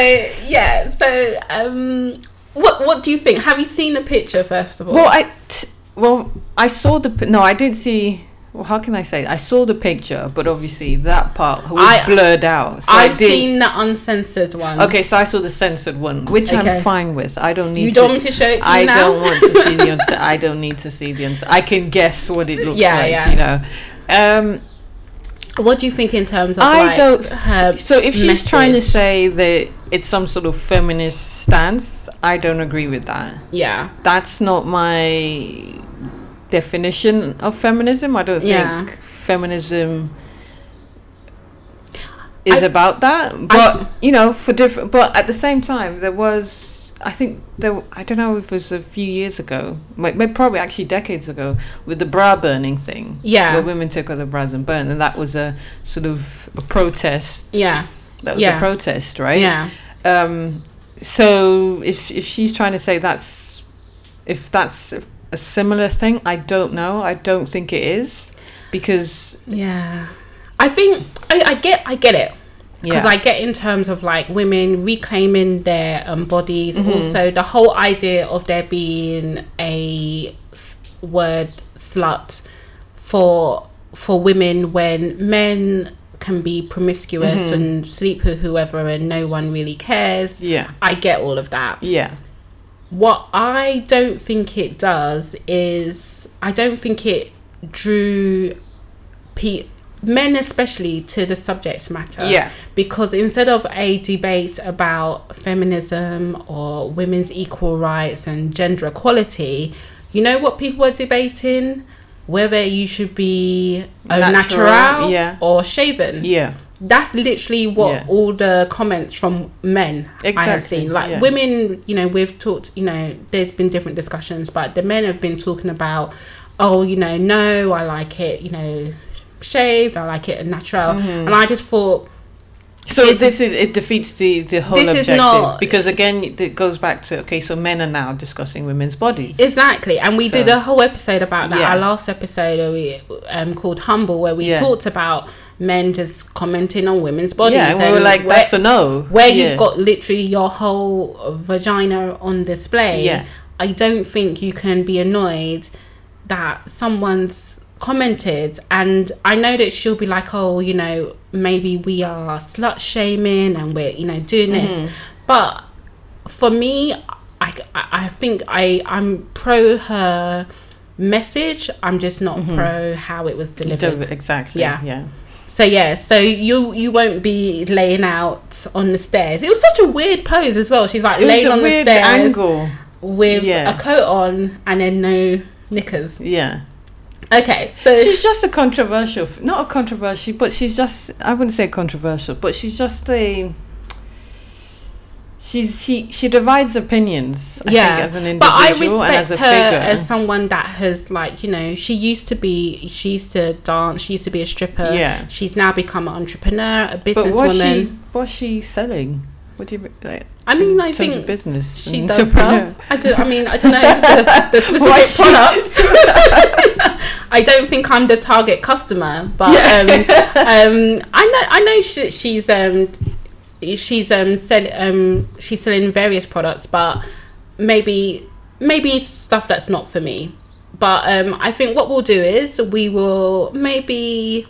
Speaker 2: yeah, so um, what what do you think? Have you seen the picture first of all?
Speaker 1: well I t- well I saw the pi- no I did see. Well, how can I say? I saw the picture, but obviously that part was
Speaker 2: I-
Speaker 1: blurred out. So I
Speaker 2: I've
Speaker 1: did,
Speaker 2: seen the uncensored one.
Speaker 1: Okay, so I saw the censored one, which
Speaker 2: Okay.
Speaker 1: I'm fine with. I don't need.
Speaker 2: you don't want me to show it to
Speaker 1: I
Speaker 2: you now?
Speaker 1: don't want to see the answer. I don't need to see the answer. I can guess what it looks
Speaker 2: Yeah,
Speaker 1: like.
Speaker 2: yeah.
Speaker 1: You know. Um,
Speaker 2: (laughs) What do you think in terms of
Speaker 1: I
Speaker 2: like,
Speaker 1: don't.
Speaker 2: her
Speaker 1: so if she's trying to
Speaker 2: message?
Speaker 1: say that it's some sort of feminist stance, I don't agree with that.
Speaker 2: yeah
Speaker 1: That's not my definition of feminism. I don't
Speaker 2: Yeah.
Speaker 1: think feminism is
Speaker 2: I-
Speaker 1: about that. But you know, for different. But at the same time, there was. I think there. w- I don't know if it was a few years ago, maybe probably actually decades ago, with the bra burning thing
Speaker 2: yeah
Speaker 1: where women took other bras and burned, and that was a sort of a protest.
Speaker 2: yeah
Speaker 1: That was
Speaker 2: Yeah.
Speaker 1: a protest, right?
Speaker 2: yeah
Speaker 1: Um, so if if she's trying to say that's if that's a similar thing, I don't know. I don't think it is because
Speaker 2: yeah. I think I, I get I get it
Speaker 1: yeah,
Speaker 2: because I get in terms of like women reclaiming their um, bodies.
Speaker 1: Mhm.
Speaker 2: Also, the whole idea of there being a s- word slut for for women when men can be promiscuous
Speaker 1: Mhm.
Speaker 2: and sleep with whoever and no one really cares.
Speaker 1: yeah,
Speaker 2: I get all of that.
Speaker 1: yeah,
Speaker 2: What I don't think it does is I don't think it drew pe- men especially to the subject matter.
Speaker 1: yeah,
Speaker 2: Because instead of a debate about feminism or women's equal rights and gender equality, you know what people were debating? Whether you should be a
Speaker 1: Natural,
Speaker 2: natural,
Speaker 1: yeah.
Speaker 2: or shaven.
Speaker 1: yeah,
Speaker 2: That's literally what
Speaker 1: Yeah.
Speaker 2: all the comments from men I have
Speaker 1: Exactly,
Speaker 2: seen. Like
Speaker 1: yeah.
Speaker 2: women, you know, we've talked, you know, there's been different discussions, but the men have been talking about, oh, you know, no, I like it, you know, shaved, I like it natural.
Speaker 1: Mm-hmm.
Speaker 2: And I just thought,
Speaker 1: So
Speaker 2: This-
Speaker 1: this, is it defeats the the whole
Speaker 2: This is
Speaker 1: objective
Speaker 2: not-
Speaker 1: because again it goes back to okay, so men are now discussing women's bodies.
Speaker 2: exactly. And we did
Speaker 1: So-
Speaker 2: a whole episode about that.
Speaker 1: Yeah.
Speaker 2: Our last episode where we um, called Humble, where we
Speaker 1: Yeah.
Speaker 2: talked about men just commenting on women's bodies.
Speaker 1: yeah, and we were like,
Speaker 2: where-
Speaker 1: that's a no.
Speaker 2: where
Speaker 1: Yeah.
Speaker 2: you've got literally your whole vagina on display
Speaker 1: Yeah.
Speaker 2: i don't think you can be annoyed that someone's commented and i know that she'll be like oh you know maybe we are slut shaming and we're you know doing
Speaker 1: Mm-hmm.
Speaker 2: this but for me I, I I think I I'm pro her message I'm just not
Speaker 1: Mm-hmm.
Speaker 2: pro how it was delivered
Speaker 1: Deliver- exactly.
Speaker 2: Yeah.
Speaker 1: yeah.
Speaker 2: so yeah, so you you won't be laying out on the stairs. It was such a weird pose as well. She's like
Speaker 1: It was
Speaker 2: laying
Speaker 1: a
Speaker 2: on
Speaker 1: weird
Speaker 2: the stairs,
Speaker 1: angle.
Speaker 2: with
Speaker 1: Yeah.
Speaker 2: a coat on and then no knickers.
Speaker 1: Yeah.
Speaker 2: Okay, so
Speaker 1: She's just a controversial, f- not a controversial, but she's just, I wouldn't say controversial, but she's just a. She's she she divides opinions. I
Speaker 2: yeah,
Speaker 1: think, as an
Speaker 2: but
Speaker 1: individual and
Speaker 2: I respect
Speaker 1: as a
Speaker 2: her
Speaker 1: figure.
Speaker 2: as someone that has like you know she used to be she used to dance, she used to be a stripper.
Speaker 1: Yeah.
Speaker 2: she's now become an entrepreneur, a
Speaker 1: but what's she
Speaker 2: businesswoman.
Speaker 1: what's she selling? What do you like,
Speaker 2: I mean,
Speaker 1: in
Speaker 2: I
Speaker 1: terms of
Speaker 2: think
Speaker 1: business?
Speaker 2: she
Speaker 1: and
Speaker 2: does
Speaker 1: entrepreneur?
Speaker 2: stuff. I do. I mean, I don't know
Speaker 1: (laughs)
Speaker 2: the, the
Speaker 1: Why
Speaker 2: specific
Speaker 1: she-
Speaker 2: products. I don't think I'm the target customer, but um, um, I know I know she, she's um, she's um, sell, um, she's selling various products, but maybe maybe stuff that's not for me. But um, I think what we'll do is we will maybe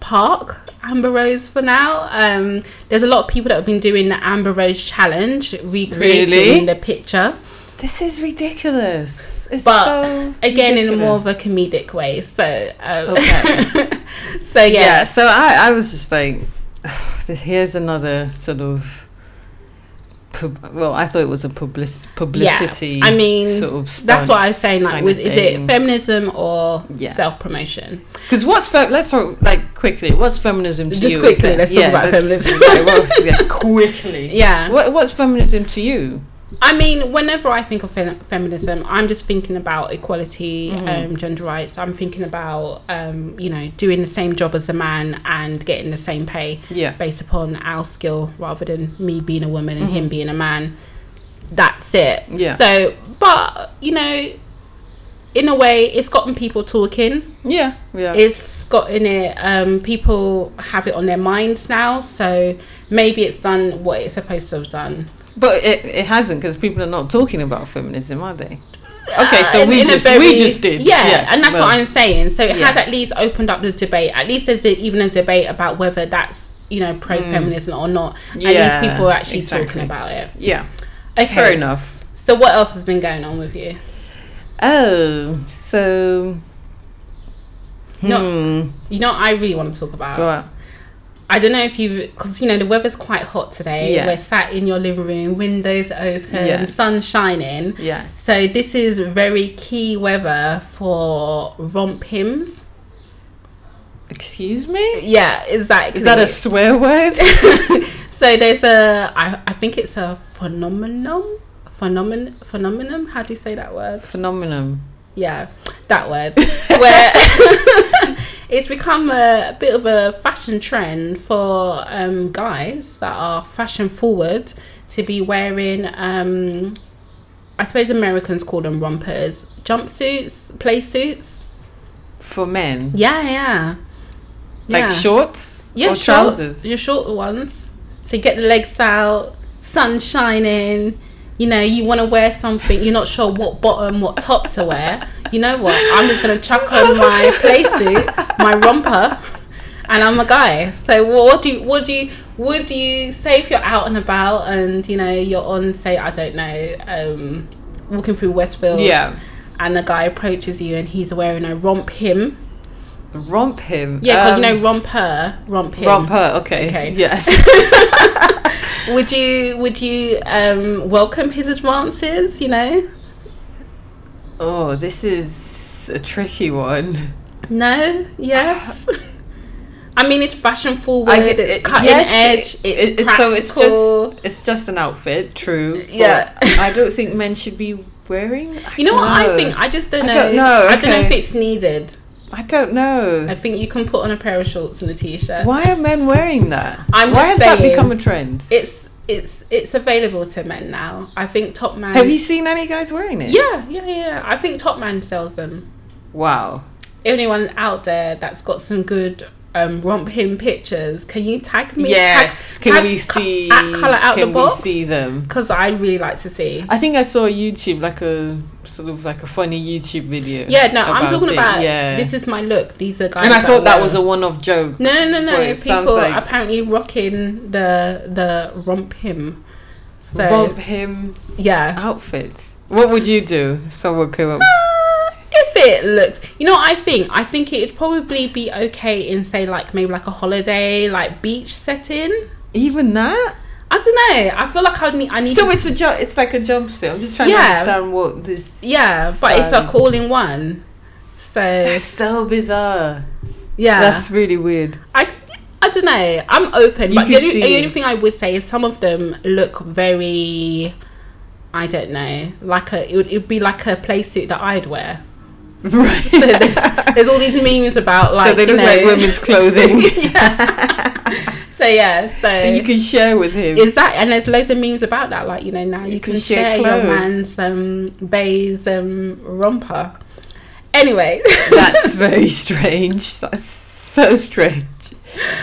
Speaker 2: park Amber Rose for now. Um, there's a lot of people that have been doing the Amber Rose challenge, recreating
Speaker 1: Really?
Speaker 2: the picture
Speaker 1: This is ridiculous. It's
Speaker 2: But,
Speaker 1: so
Speaker 2: again in more of
Speaker 1: ridiculous.
Speaker 2: a comedic way. So, um,
Speaker 1: Okay.
Speaker 2: (laughs) so
Speaker 1: yeah.
Speaker 2: yeah,
Speaker 1: so I, I was just like, (sighs) here's another sort of. Pub- well, I thought it was a public- publicity.
Speaker 2: I mean,
Speaker 1: sort of
Speaker 2: that's what I was saying. Like,
Speaker 1: kind
Speaker 2: was,
Speaker 1: of
Speaker 2: is it
Speaker 1: thing.
Speaker 2: feminism or
Speaker 1: Yeah.
Speaker 2: self promotion?
Speaker 1: Because what's fe- let's talk like quickly. What's feminism to
Speaker 2: Just
Speaker 1: you?
Speaker 2: quickly,
Speaker 1: Is
Speaker 2: let's talk about feminism.
Speaker 1: okay, well, (laughs)
Speaker 2: (laughs)
Speaker 1: yeah, quickly.
Speaker 2: Yeah,
Speaker 1: What what's feminism to you?
Speaker 2: I mean, whenever I think of fem- feminism, I'm just thinking about equality,
Speaker 1: Mhm.
Speaker 2: um, gender rights. I'm thinking about, um, you know, doing the same job as a man and getting the same pay
Speaker 1: Yeah.
Speaker 2: based upon our skill rather than me being a woman and him
Speaker 1: Mhm.
Speaker 2: being a man. That's it.
Speaker 1: Yeah.
Speaker 2: So, but, you know, in a way, it's gotten people talking.
Speaker 1: Yeah. Yeah.
Speaker 2: It's gotten it, um, people have it on their minds now. So maybe it's done what it's supposed to have done.
Speaker 1: but it, it hasn't because people are not talking about feminism, are they? Okay,
Speaker 2: Uh,
Speaker 1: so
Speaker 2: in-
Speaker 1: we
Speaker 2: in a
Speaker 1: just
Speaker 2: very-
Speaker 1: we just did.
Speaker 2: Yeah, and that's
Speaker 1: well,
Speaker 2: what I'm saying. So it
Speaker 1: yeah.
Speaker 2: has at least opened up the debate. At least there's a, even a debate about whether that's you know pro feminism or not. At
Speaker 1: Mm. Yeah,
Speaker 2: least people are actually
Speaker 1: exactly.
Speaker 2: talking about it.
Speaker 1: Yeah.
Speaker 2: Okay,
Speaker 1: Fair enough.
Speaker 2: So what else has been going on with you?
Speaker 1: Oh, so.
Speaker 2: No. You know, what I really want to talk about.
Speaker 1: Hmm. What?
Speaker 2: I don't know if you because you know the weather's quite hot today.
Speaker 1: Yeah.
Speaker 2: We're sat in your living room, windows open,
Speaker 1: Yes.
Speaker 2: sun shining.
Speaker 1: Yeah.
Speaker 2: So this is very key weather for romp hymns.
Speaker 1: Excuse me?
Speaker 2: Yeah, exactly.
Speaker 1: Is that a swear word?
Speaker 2: (laughs) So there's a, I, I think it's a phenomenon, phenomenon, phenomenon. How do you say that word?
Speaker 1: Phenomenon.
Speaker 2: Yeah, that word. Where (laughs) it's become a, bit of a fashion trend for um, guys that are fashion forward to be wearing. Um, I suppose Americans call them rompers, jumpsuits, play suits.
Speaker 1: For men.
Speaker 2: Yeah, yeah.
Speaker 1: Like shorts? or
Speaker 2: yeah, shorts,
Speaker 1: trousers?
Speaker 2: Your shorter ones. So you get the legs out, sun shining. You know, you want to wear something. You're not sure what bottom, what top to wear. You know what? I'm just gonna chuck on my play suit, my romper, and I'm a guy. So wha- what do you, what do you, would you say if you're out and about and you know you're on, say I don't know, um, walking through Westfield,
Speaker 1: Yeah.
Speaker 2: and a guy approaches you and he's wearing a romp him,
Speaker 1: Romp him.
Speaker 2: yeah, because
Speaker 1: Um,
Speaker 2: you know romp her, romp him,
Speaker 1: Romp her, okay.
Speaker 2: Okay.
Speaker 1: (laughs)
Speaker 2: (laughs)
Speaker 1: Yes.
Speaker 2: Would you would you um, welcome his advances? You know,
Speaker 1: oh, this is a tricky one.
Speaker 2: no,
Speaker 1: (laughs)
Speaker 2: yes. I mean, it's fashion forward.
Speaker 1: I get-
Speaker 2: it's
Speaker 1: it-
Speaker 2: cutting
Speaker 1: yes,
Speaker 2: edge.
Speaker 1: it-
Speaker 2: It's
Speaker 1: it-
Speaker 2: practical.
Speaker 1: so it's just it's just an outfit, true. but
Speaker 2: Yeah. (laughs)
Speaker 1: I don't think men should be wearing I
Speaker 2: you know
Speaker 1: don't
Speaker 2: what I think? I just don't know.
Speaker 1: I don't know,
Speaker 2: I don't know if
Speaker 1: okay.
Speaker 2: it's needed.
Speaker 1: I don't know.
Speaker 2: I think you can put on a pair of shorts and a t-shirt.
Speaker 1: Why are men wearing that?
Speaker 2: I'm
Speaker 1: Why
Speaker 2: just
Speaker 1: has that
Speaker 2: saying.
Speaker 1: become a trend?
Speaker 2: It's it's it's available to men now. I think Top Man.
Speaker 1: Have you seen any guys wearing it?
Speaker 2: Mm. Yeah, yeah, yeah. I think Top Man sells them.
Speaker 1: Wow.
Speaker 2: anyone out there that's got some good um, romp him pictures, can you tag me?
Speaker 1: Yes.
Speaker 2: Tag-
Speaker 1: Can
Speaker 2: tag
Speaker 1: we
Speaker 2: co-
Speaker 1: see?
Speaker 2: at colour out
Speaker 1: can
Speaker 2: the box?
Speaker 1: we see them?
Speaker 2: Because I really like to see.
Speaker 1: I think I saw a YouTube like a sort of like a funny YouTube video.
Speaker 2: Yeah, no, I'm
Speaker 1: about
Speaker 2: talking
Speaker 1: it,
Speaker 2: about
Speaker 1: yeah.
Speaker 2: this is my look. These are guys.
Speaker 1: and I thought that
Speaker 2: wear-
Speaker 1: was a one-off joke.
Speaker 2: no, no, no,
Speaker 1: Well,
Speaker 2: no.
Speaker 1: it sounds
Speaker 2: People
Speaker 1: like-
Speaker 2: apparently rocking the the romp him. So
Speaker 1: Romp him
Speaker 2: yeah.
Speaker 1: outfit. What would you do? if Someone came up.
Speaker 2: Uh, If it looks, you know, what I think I think it'd probably be okay in say like maybe like a holiday, like beach setting.
Speaker 1: Even that?
Speaker 2: I don't don't know. I feel like I need. I need.
Speaker 1: So it's a ju- it's like a jump suit. I'm just trying
Speaker 2: Yeah.
Speaker 1: to understand what this.
Speaker 2: yeah, but it's a
Speaker 1: Stands.
Speaker 2: call in one. So
Speaker 1: That's so bizarre.
Speaker 2: yeah,
Speaker 1: That's really weird.
Speaker 2: I I don't know. I'm open,
Speaker 1: You
Speaker 2: but the
Speaker 1: could
Speaker 2: only,
Speaker 1: see-
Speaker 2: the only thing I would say is some of them look very. I don't know, like a it would it'd be like a play suit that I'd wear. (laughs)
Speaker 1: Right.
Speaker 2: (laughs) So there's, there's all these memes about
Speaker 1: (laughs) so
Speaker 2: like
Speaker 1: they
Speaker 2: you
Speaker 1: look like
Speaker 2: know-
Speaker 1: women's clothing.
Speaker 2: (laughs) So yeah, so,
Speaker 1: so you can share with him.
Speaker 2: Uh, is (laughs) that and there's loads of memes about that. Like you know now you, can, share, your
Speaker 1: clothes.
Speaker 2: man's um Bay's um romper. Anyway,
Speaker 1: That's very strange. That's so strange.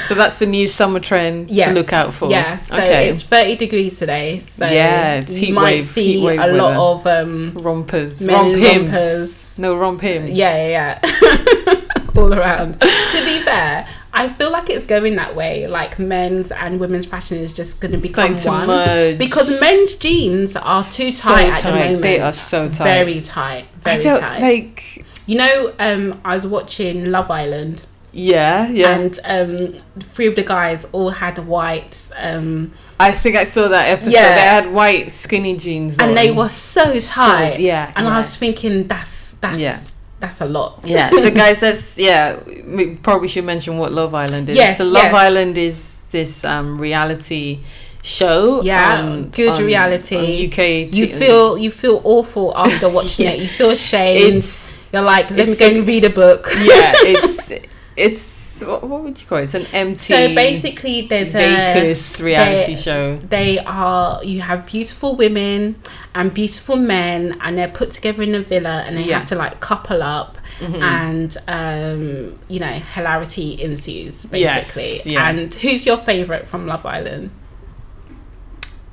Speaker 1: So that's the new summer trend
Speaker 2: Yes.
Speaker 1: to look out for.
Speaker 2: yeah, so
Speaker 1: okay.
Speaker 2: it's 30 degrees today. So
Speaker 1: Yeah, it's
Speaker 2: you
Speaker 1: heat
Speaker 2: might
Speaker 1: wave-
Speaker 2: see
Speaker 1: heat wave
Speaker 2: a lot
Speaker 1: weather.
Speaker 2: of um
Speaker 1: rompers,
Speaker 2: Men in
Speaker 1: romp
Speaker 2: rompers.
Speaker 1: hymns. No romp hymns.
Speaker 2: yeah, yeah, yeah. (laughs) all around. to be fair, I feel like it's going that way. Like men's and women's fashion is just going to
Speaker 1: It's
Speaker 2: become
Speaker 1: starting to
Speaker 2: one.
Speaker 1: merge.
Speaker 2: Because men's jeans are too tight
Speaker 1: So
Speaker 2: at the moment.
Speaker 1: They are so tight.
Speaker 2: Very tight. Very
Speaker 1: I don't
Speaker 2: tight.
Speaker 1: like.
Speaker 2: You know, um, I was watching Love Island,
Speaker 1: Yeah, yeah.
Speaker 2: and um, three of the guys all had white, um,
Speaker 1: I think I saw that episode.
Speaker 2: Yeah.
Speaker 1: They had white skinny jeans, on.
Speaker 2: and they were so
Speaker 1: So-
Speaker 2: tight.
Speaker 1: yeah,
Speaker 2: and
Speaker 1: yeah.
Speaker 2: I was thinking, that's that's
Speaker 1: Yeah.
Speaker 2: that's a lot. (laughs)
Speaker 1: yeah. So, guys, that's yeah. We probably should mention what Love Island is.
Speaker 2: Yes,
Speaker 1: so, Love
Speaker 2: yes.
Speaker 1: Island is this um, reality show.
Speaker 2: Yeah,
Speaker 1: on-
Speaker 2: good
Speaker 1: on-
Speaker 2: reality.
Speaker 1: on UK. t-
Speaker 2: you feel you feel awful
Speaker 1: (laughs)
Speaker 2: after watching it. You feel shame. (laughs)
Speaker 1: it's
Speaker 2: You're like, let me
Speaker 1: it's
Speaker 2: go
Speaker 1: an-
Speaker 2: and read a book.
Speaker 1: yeah. It's it's what, what would you call it? It's an empty.
Speaker 2: So basically, there's a
Speaker 1: Vegas reality show.
Speaker 2: they are you have beautiful women and beautiful men and they're put together in a villa and they
Speaker 1: Yeah. Mm-hmm.
Speaker 2: have to like couple up and um you know hilarity ensues basically
Speaker 1: Yes, yeah.
Speaker 2: and who's your favorite from love island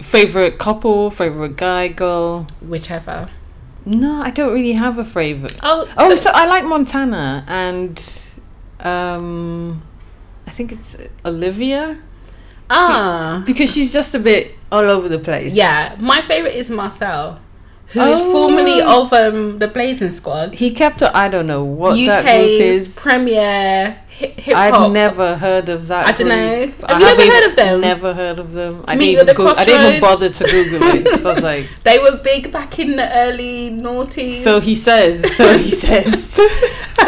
Speaker 1: Favorite couple, favorite guy, girl.
Speaker 2: whichever
Speaker 1: No, I don't really have a favorite.
Speaker 2: oh
Speaker 1: Oh, so, I like Montana and um, I think it's Olivia
Speaker 2: ah
Speaker 1: because she's just a bit all over the place.
Speaker 2: (laughs) yeah my favorite is marcel who is
Speaker 1: Oh.
Speaker 2: formerly of um the blazing squad
Speaker 1: he kept. A, I don't know what that group
Speaker 2: uk's
Speaker 1: is.
Speaker 2: premier hip
Speaker 1: I've
Speaker 2: hop
Speaker 1: never heard of that.
Speaker 2: I don't
Speaker 1: group.
Speaker 2: know.
Speaker 1: I
Speaker 2: Have you ever
Speaker 1: haven't-
Speaker 2: heard of them?
Speaker 1: Never heard of them. I
Speaker 2: Meet
Speaker 1: didn't
Speaker 2: at
Speaker 1: even.
Speaker 2: the
Speaker 1: Go- I didn't even
Speaker 2: Crossroads.
Speaker 1: bother to Google it. 'cause
Speaker 2: (laughs)
Speaker 1: I was like,
Speaker 2: they were big back in the early noughties
Speaker 1: so he says. So he
Speaker 2: (laughs)
Speaker 1: says. (laughs)
Speaker 2: so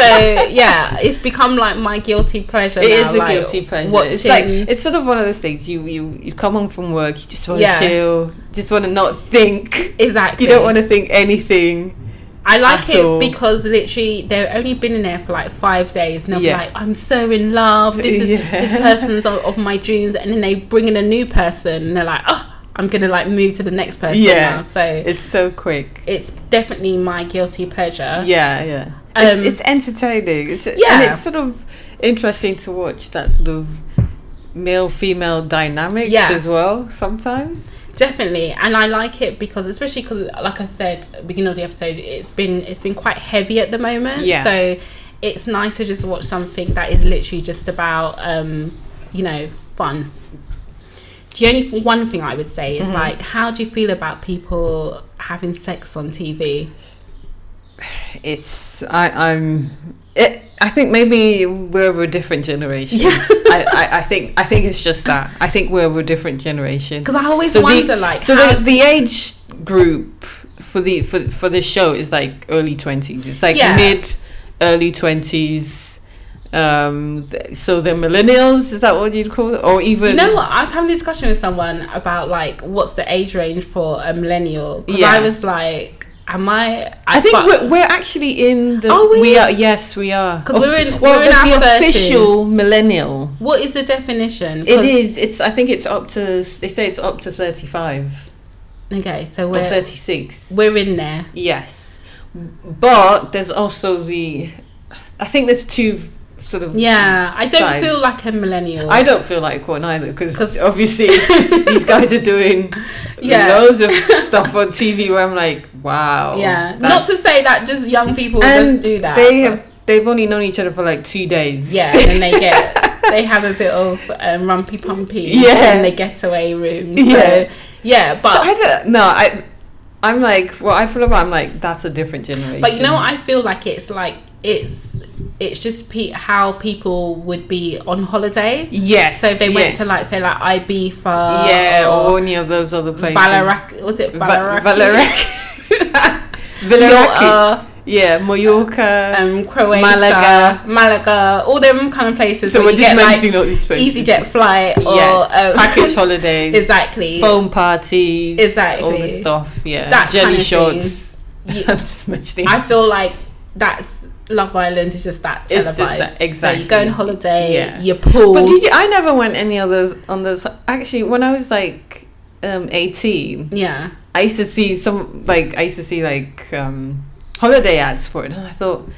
Speaker 2: yeah, it's become like my guilty pleasure.
Speaker 1: It
Speaker 2: now,
Speaker 1: is a
Speaker 2: like,
Speaker 1: guilty pleasure. It's like
Speaker 2: watching-
Speaker 1: it's sort of one of the things you you you come home from work, you just want to
Speaker 2: Yeah.
Speaker 1: chill, just want to not think.
Speaker 2: exactly.
Speaker 1: You don't want to think anything.
Speaker 2: I like
Speaker 1: at
Speaker 2: it
Speaker 1: all.
Speaker 2: because literally they've only been in there for like five days, and I'm
Speaker 1: Yeah.
Speaker 2: like, I'm so in love. This is
Speaker 1: Yeah.
Speaker 2: this person's of, of my dreams, and then they bring in a new person, and they're like, oh, I'm gonna like move to the next person
Speaker 1: Yeah.
Speaker 2: now. So
Speaker 1: It's so quick.
Speaker 2: it's definitely my guilty pleasure.
Speaker 1: Yeah, yeah. It's,
Speaker 2: Um,
Speaker 1: it's entertaining. It's,
Speaker 2: Yeah.
Speaker 1: and it's sort of interesting to watch that sort of male female dynamics
Speaker 2: Yeah.
Speaker 1: as well sometimes.
Speaker 2: Definitely, and I like it because, especially because, like I said, at the beginning of the episode, it's been it's been quite heavy at the moment.
Speaker 1: Yeah.
Speaker 2: So it's nice to just watch something that is literally just about, um, you know, fun. The only th- one thing I would say
Speaker 1: Mm-hmm.
Speaker 2: is like, how do you feel about people having sex on TV?
Speaker 1: It's I I'm it, I think maybe we're of a different generation.
Speaker 2: (laughs) Yeah.
Speaker 1: I, I, I think I think it's just that. I think we're of a different generation.
Speaker 2: Because I always
Speaker 1: So the-
Speaker 2: wonder, like,
Speaker 1: so
Speaker 2: how-
Speaker 1: the, the age group for the for, for this show is like early 20s it's like
Speaker 2: Yeah.
Speaker 1: mid early 20s um th- so they're millennials is that what you'd call it or even
Speaker 2: you know what? I was having a discussion with someone about like what's the age range for a millennial. 'Cause I
Speaker 1: Yeah.
Speaker 2: was like, am I?
Speaker 1: I think
Speaker 2: but-
Speaker 1: we're, we're actually in the
Speaker 2: Are we?
Speaker 1: we? are yes we are
Speaker 2: 'Cause we're in-
Speaker 1: well
Speaker 2: we're in
Speaker 1: there's
Speaker 2: our
Speaker 1: the
Speaker 2: 30s.
Speaker 1: official millennial
Speaker 2: What is the definition?
Speaker 1: it
Speaker 2: 'Cause-
Speaker 1: is it's I think it's up to they say it's up to 35
Speaker 2: Okay, so
Speaker 1: or
Speaker 2: we're
Speaker 1: 36
Speaker 2: we're in there.
Speaker 1: Yes, but there's also the. I think there's two sort of.
Speaker 2: Yeah, I don't
Speaker 1: Size.
Speaker 2: feel like a millennial.
Speaker 1: I don't feel like one either because
Speaker 2: 'Cause- (laughs)
Speaker 1: obviously these guys are doing
Speaker 2: Yeah.
Speaker 1: loads of stuff on TV where I'm like, wow.
Speaker 2: yeah, not
Speaker 1: that's-
Speaker 2: to say that just young people
Speaker 1: And
Speaker 2: just do that.
Speaker 1: they
Speaker 2: but-
Speaker 1: have they've only known each other for like two days.
Speaker 2: yeah, and they get (laughs) they have a bit of um, rumpy pumpy
Speaker 1: Yeah.
Speaker 2: in the getaway room. So, yeah,
Speaker 1: Yeah. So
Speaker 2: but
Speaker 1: I don't. No, I. I'm like, well, I feel about. I'm like, that's a different generation.
Speaker 2: but you know what? I feel like it's like it's it's just pe- how people would be on holiday.
Speaker 1: Yes.
Speaker 2: So if they
Speaker 1: yeah.
Speaker 2: went to uh, like say like Ibiza,
Speaker 1: yeah,
Speaker 2: or
Speaker 1: or any of those other places.
Speaker 2: Valerac- was it
Speaker 1: Va-
Speaker 2: Valerac? (laughs)
Speaker 1: Valeraki. Valeraki.
Speaker 2: Mallorca,
Speaker 1: Yeah, Mallorca.
Speaker 2: uh, um, Croatia,
Speaker 1: Malaga.
Speaker 2: Malaga, all them kind of
Speaker 1: (laughs)
Speaker 2: places.
Speaker 1: so
Speaker 2: where
Speaker 1: we're
Speaker 2: you
Speaker 1: just
Speaker 2: get, like,
Speaker 1: mentioning all these places.
Speaker 2: EasyJet flight or
Speaker 1: Yes.
Speaker 2: (laughs) um,
Speaker 1: package holidays.
Speaker 2: exactly.
Speaker 1: Foam parties. All
Speaker 2: Exactly.
Speaker 1: the stuff. Yeah.
Speaker 2: That
Speaker 1: Jelly
Speaker 2: kind of
Speaker 1: shots.
Speaker 2: You-
Speaker 1: (laughs) I'm just mentioning.
Speaker 2: I feel like that's Love Island is just that
Speaker 1: It's
Speaker 2: televised.
Speaker 1: just that, exactly.
Speaker 2: So you go on holiday,
Speaker 1: Yeah.
Speaker 2: you pool.
Speaker 1: But did you, I never went any of those on those. Actually, when I was like um, 18,
Speaker 2: yeah.
Speaker 1: I used to see some like I used to see like um, holiday ads for it, and I thought,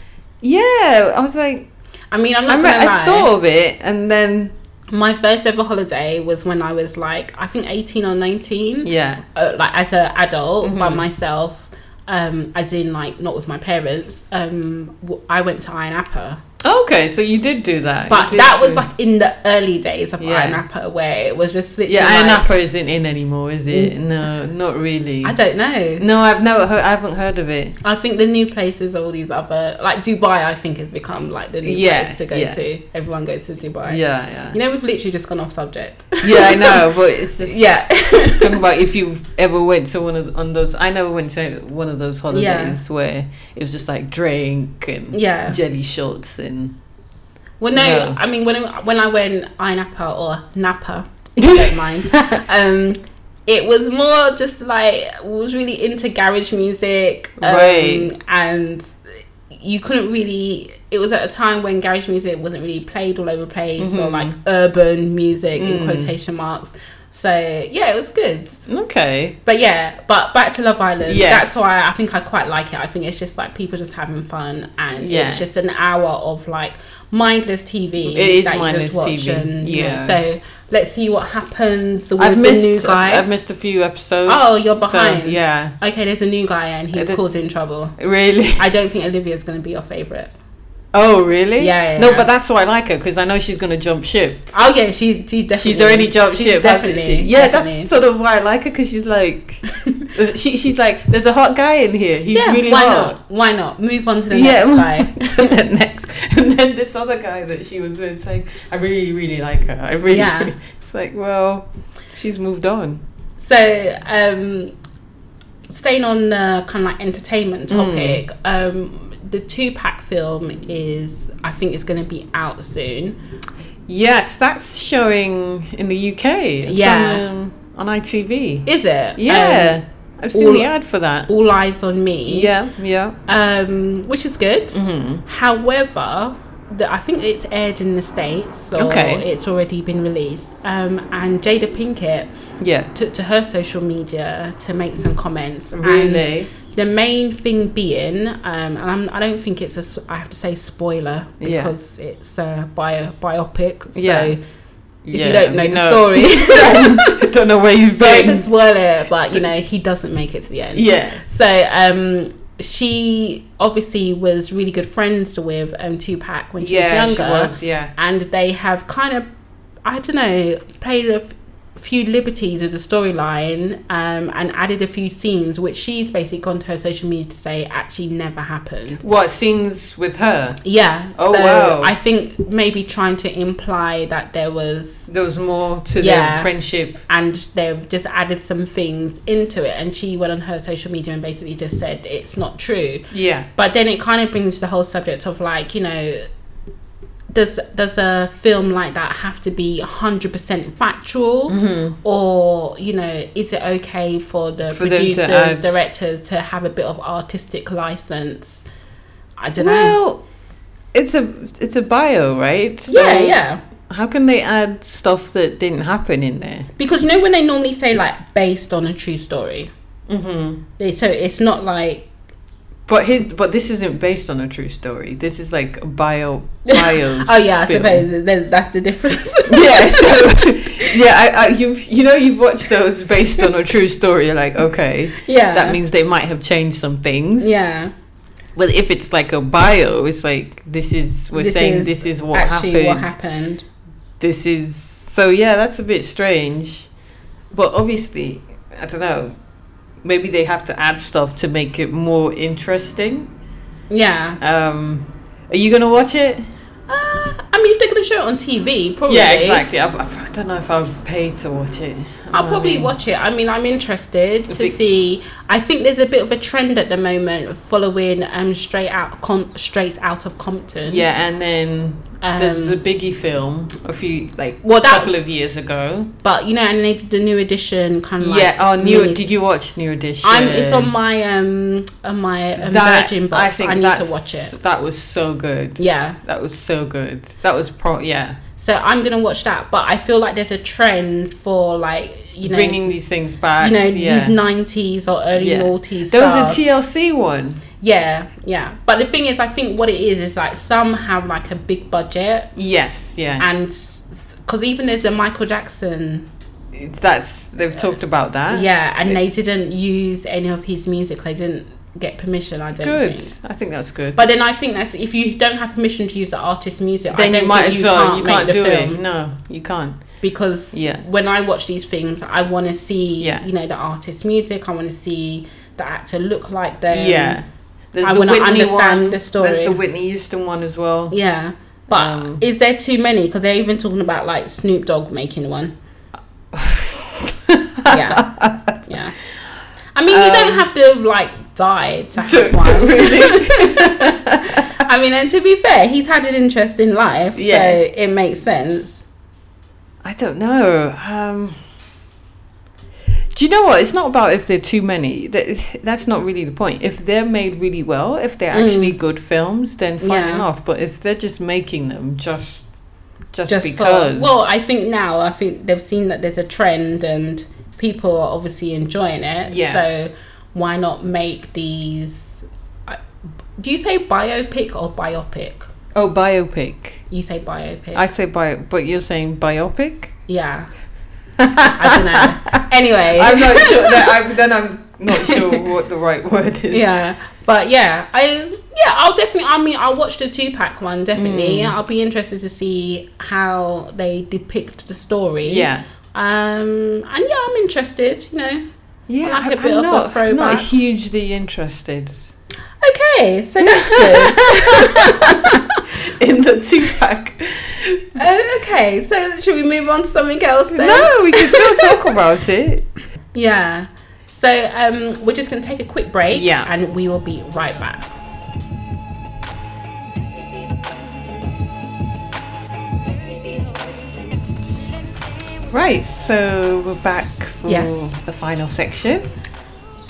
Speaker 1: yeah, I was like,
Speaker 2: I mean, I'm
Speaker 1: I,
Speaker 2: not
Speaker 1: me-
Speaker 2: gonna
Speaker 1: I
Speaker 2: lie.
Speaker 1: thought of it, and then
Speaker 2: My first ever holiday was when I was like, I think 18 or 19.
Speaker 1: yeah,
Speaker 2: Uh, like as an adult by
Speaker 1: Mhm.
Speaker 2: myself, um, as in like not with my parents. Um, w- I went to Iron Appa,
Speaker 1: okay, so you did do that, You
Speaker 2: but
Speaker 1: did
Speaker 2: that was
Speaker 1: do-
Speaker 2: like in the early days of
Speaker 1: Yeah.
Speaker 2: Iron Appa, where it was just literally.
Speaker 1: yeah, Iron
Speaker 2: like,
Speaker 1: Napa isn't in anymore, is it? No, not really.
Speaker 2: I don't know.
Speaker 1: no, I've never heard. I haven't heard of it.
Speaker 2: I think the new places, all these other like Dubai, I think has become like the new
Speaker 1: Yeah,
Speaker 2: place to go
Speaker 1: yeah.
Speaker 2: to. Everyone goes to Dubai.
Speaker 1: Yeah, yeah,
Speaker 2: You know, we've literally just gone off subject.
Speaker 1: yeah.
Speaker 2: (laughs)
Speaker 1: I know, but it's just
Speaker 2: yeah.
Speaker 1: talking about if you ever went to one of on those. I never went to one of those holidays where it was just like drink and
Speaker 2: Yeah.
Speaker 1: jelly shots and
Speaker 2: Well, no,
Speaker 1: Yeah.
Speaker 2: I mean when I- when I went I Napa or Napa, if you don't
Speaker 1: (laughs)
Speaker 2: mind. Um, it was more just like we was really into garage music, um,
Speaker 1: Right.
Speaker 2: And you couldn't really. It was at a time when garage music wasn't really played all over the place, or
Speaker 1: Mhm.
Speaker 2: like urban music
Speaker 1: Mm.
Speaker 2: in quotation marks. So yeah, it was good.
Speaker 1: okay.
Speaker 2: But yeah, but back to Love Island.
Speaker 1: Yes.
Speaker 2: That's why I think I quite like it. I think it's just like people just having fun and
Speaker 1: Yeah.
Speaker 2: it's just an hour of like mindless TV
Speaker 1: It is
Speaker 2: that
Speaker 1: mindless TV,
Speaker 2: And,
Speaker 1: yeah.
Speaker 2: So let's see what happens with
Speaker 1: I've missed
Speaker 2: the new guy.
Speaker 1: I've missed a few episodes.
Speaker 2: Oh, you're
Speaker 1: so,
Speaker 2: behind.
Speaker 1: yeah,
Speaker 2: okay, there's a new guy and
Speaker 1: Uh,
Speaker 2: he's
Speaker 1: there's-
Speaker 2: causing trouble.
Speaker 1: really. (laughs)
Speaker 2: I don't think Olivia's going to be your favorite.
Speaker 1: Oh, really?
Speaker 2: Yeah, yeah,
Speaker 1: no,
Speaker 2: yeah.
Speaker 1: but that's why I like her because I know she's gonna jump ship.
Speaker 2: Oh yeah, she, she definitely.
Speaker 1: She's already jumped
Speaker 2: she's
Speaker 1: ship,
Speaker 2: Definitely.
Speaker 1: hasn't she? Yeah,
Speaker 2: definitely.
Speaker 1: that's
Speaker 2: (laughs)
Speaker 1: sort of why I like her because she's like, she, she's like, there's a hot guy in here. He's
Speaker 2: yeah,
Speaker 1: really
Speaker 2: why
Speaker 1: hot.
Speaker 2: not? Why not? Move on to the
Speaker 1: yeah,
Speaker 2: next
Speaker 1: (laughs)
Speaker 2: guy.
Speaker 1: to the next. And then this other guy that she was with saying, I really, really like her. I really.
Speaker 2: Yeah.
Speaker 1: (laughs) It's like, well, she's moved on.
Speaker 2: So, um, staying on the kind of like entertainment
Speaker 1: Mm.
Speaker 2: topic, um, the two pack film is, I think, is going to be out soon.
Speaker 1: Yes, that's showing in the UK. It's
Speaker 2: Yeah.
Speaker 1: on, um, on ITV.
Speaker 2: Is it?
Speaker 1: Yeah,
Speaker 2: Um,
Speaker 1: I've seen
Speaker 2: all-
Speaker 1: the ad for that.
Speaker 2: All eyes on me.
Speaker 1: Yeah, yeah.
Speaker 2: Um, which is good.
Speaker 1: Mm-hmm.
Speaker 2: However, the, I think it's aired in the states, or
Speaker 1: Okay.
Speaker 2: it's already been released. Um, and Jada Pinkett
Speaker 1: Yeah.
Speaker 2: took to her social media to make some comments. and
Speaker 1: Really?
Speaker 2: the main thing being, um, and I'm, I don't think it's a, s- I have to say spoiler
Speaker 1: Yeah.
Speaker 2: because it's a bio, biopic. So
Speaker 1: Yeah.
Speaker 2: if
Speaker 1: yeah,
Speaker 2: you don't know
Speaker 1: I mean,
Speaker 2: the
Speaker 1: no. (laughs)
Speaker 2: story, (laughs)
Speaker 1: don't know (laughs) where you've
Speaker 2: sorry to
Speaker 1: been.
Speaker 2: spoil it, but you know, he doesn't make it to the end.
Speaker 1: Yeah.
Speaker 2: So um, she obviously was really good friends with um, Tupac when she
Speaker 1: yeah,
Speaker 2: was
Speaker 1: she
Speaker 2: younger.
Speaker 1: was, yeah.
Speaker 2: And they have kind of, I don't know, played a f- few liberties with the storyline um, and added a few scenes, which she's basically gone to her social media to say actually never happened.
Speaker 1: What scenes with her?
Speaker 2: Yeah.
Speaker 1: Oh,
Speaker 2: so
Speaker 1: wow.
Speaker 2: I think maybe trying to imply that there was
Speaker 1: There was more to the
Speaker 2: Yeah.
Speaker 1: friendship.
Speaker 2: and they've just added some things into it and she went on her social media and basically just said it's not true
Speaker 1: Yeah.
Speaker 2: but then it kind of brings the whole subject of like you know does does a film like that have to be 100% factual or you know is it okay for the
Speaker 1: Mm-hmm. For them to
Speaker 2: producers
Speaker 1: add-
Speaker 2: directors to have a bit of artistic license i don't know
Speaker 1: well, it's a it's a bio, right?
Speaker 2: yeah yeah
Speaker 1: How can they add stuff that didn't happen in there?
Speaker 2: because you know when they normally say like based on a true story
Speaker 1: Mm-hmm.
Speaker 2: they, so it's not like
Speaker 1: But his but this isn't based on a true story. This is like a
Speaker 2: (laughs)
Speaker 1: bio bio.
Speaker 2: oh yeah i
Speaker 1: film.
Speaker 2: suppose th- that's the
Speaker 1: (laughs)
Speaker 2: difference (laughs)
Speaker 1: yeah. So yeah, I, I, you've you know you've watched those based on a true story. You're like, okay,
Speaker 2: yeah
Speaker 1: that means they might have changed some things.
Speaker 2: yeah
Speaker 1: But if it's like a bio, it's like this is we're
Speaker 2: This
Speaker 1: saying
Speaker 2: is
Speaker 1: this is what
Speaker 2: actually
Speaker 1: happened.
Speaker 2: what happened
Speaker 1: This is so yeah, that's a bit strange. But obviously, I don't know. Maybe they have to add stuff to make it more interesting.
Speaker 2: yeah
Speaker 1: Um Are you gonna watch it?
Speaker 2: Uh, I mean, if they're going to show it on TV, probably.
Speaker 1: Yeah, exactly. I, I don't know if I'll pay to watch it. Um,
Speaker 2: I'll probably watch it. I mean, I'm interested to
Speaker 1: If it-
Speaker 2: see. I think there's a bit of a trend at the moment following um straight out com- straight out of Compton.
Speaker 1: Yeah, and then there's
Speaker 2: Um,
Speaker 1: the Biggie film a few like
Speaker 2: Well, that
Speaker 1: couple of years ago.
Speaker 2: But you know, and they did the new edition kind of.
Speaker 1: yeah, oh,
Speaker 2: like
Speaker 1: new.
Speaker 2: mini-
Speaker 1: Did you watch New Edition?
Speaker 2: I'm. It's on my um on my um, Virgin box. I, need to
Speaker 1: that's-
Speaker 2: watch it.
Speaker 1: That was so good.
Speaker 2: Yeah.
Speaker 1: That was so good. That was pro. Yeah,
Speaker 2: So I'm gonna watch that. But I feel like there's a trend for like you know
Speaker 1: bringing these things back.
Speaker 2: you know
Speaker 1: yeah.
Speaker 2: these 90s or early
Speaker 1: Yeah.
Speaker 2: 90s.
Speaker 1: there was
Speaker 2: stuff.
Speaker 1: a TLC one.
Speaker 2: Yeah, yeah. But the thing is, I think what it is is like some have like a big budget,
Speaker 1: Yes, yeah.
Speaker 2: and because even there's a Michael Jackson,
Speaker 1: It's that's they've talked about that.
Speaker 2: yeah, and they didn't use any of his music. They didn't get permission. I don't
Speaker 1: good.
Speaker 2: think.
Speaker 1: I think that's good.
Speaker 2: But then I think that's if you don't have permission to use the artist's music, I
Speaker 1: then
Speaker 2: don't
Speaker 1: you might
Speaker 2: think
Speaker 1: as well. You
Speaker 2: make
Speaker 1: can't
Speaker 2: the
Speaker 1: do
Speaker 2: film
Speaker 1: it. No, you can't.
Speaker 2: because
Speaker 1: Yeah.
Speaker 2: when I watch these things, I want to see
Speaker 1: Yeah.
Speaker 2: you know the artist's music. I want to see the actor look like them.
Speaker 1: yeah. There's
Speaker 2: Um, I
Speaker 1: the
Speaker 2: wanna
Speaker 1: Whitney
Speaker 2: understand
Speaker 1: one.
Speaker 2: the story.
Speaker 1: There's the Whitney Houston one as well. (laughs)
Speaker 2: Yeah. But
Speaker 1: Um,
Speaker 2: is there too many? Because they're even talking about like Snoop Dogg making
Speaker 1: (laughs)
Speaker 2: one. yeah. Yeah. I mean, you don't have to like die to have
Speaker 1: Um, (laughs) To- to
Speaker 2: one.
Speaker 1: really-
Speaker 2: I mean, and to be fair, he's had an interesting life,
Speaker 1: Yes.
Speaker 2: so it makes sense.
Speaker 1: I don't know. Um, do you know what? It's not about if they're too many. That, that's not really the point. If they're made really well, if they're actually good films, then fine
Speaker 2: Mm. Yeah.
Speaker 1: enough. But if they're just making them just just,
Speaker 2: Just
Speaker 1: because,
Speaker 2: for well, I think now I think they've seen that there's a trend and people are obviously enjoying it.
Speaker 1: Yeah.
Speaker 2: So why not make these? I- Do you say biopic or biopic?
Speaker 1: oh biopic.
Speaker 2: You say biopic.
Speaker 1: I say bio, but you're saying biopic.
Speaker 2: Yeah. I don't know. Anyway.
Speaker 1: I'm not sure.
Speaker 2: (laughs)
Speaker 1: That I'm, then I'm not sure what the right word is.
Speaker 2: yeah. But yeah, I yeah, I'll definitely I mean I'll watch the two pack one definitely. I'll be interested to see how they depict the story.
Speaker 1: Yeah.
Speaker 2: Um and yeah, I'm interested, you know.
Speaker 1: Yeah,
Speaker 2: like a
Speaker 1: I- I'm
Speaker 2: bit of a
Speaker 1: not, I'm not
Speaker 2: throwback.
Speaker 1: hugely
Speaker 2: (laughs)
Speaker 1: interested
Speaker 2: Okay, so (laughs) that's good.
Speaker 1: in the two pack.
Speaker 2: Oh, okay, so should we move on to something else then?
Speaker 1: No, we can (laughs) still talk about it.
Speaker 2: Yeah. So um we're just gonna take a quick break
Speaker 1: Yeah.
Speaker 2: and we will be right back.
Speaker 1: Right, so we're back for
Speaker 2: Yes.
Speaker 1: the final section.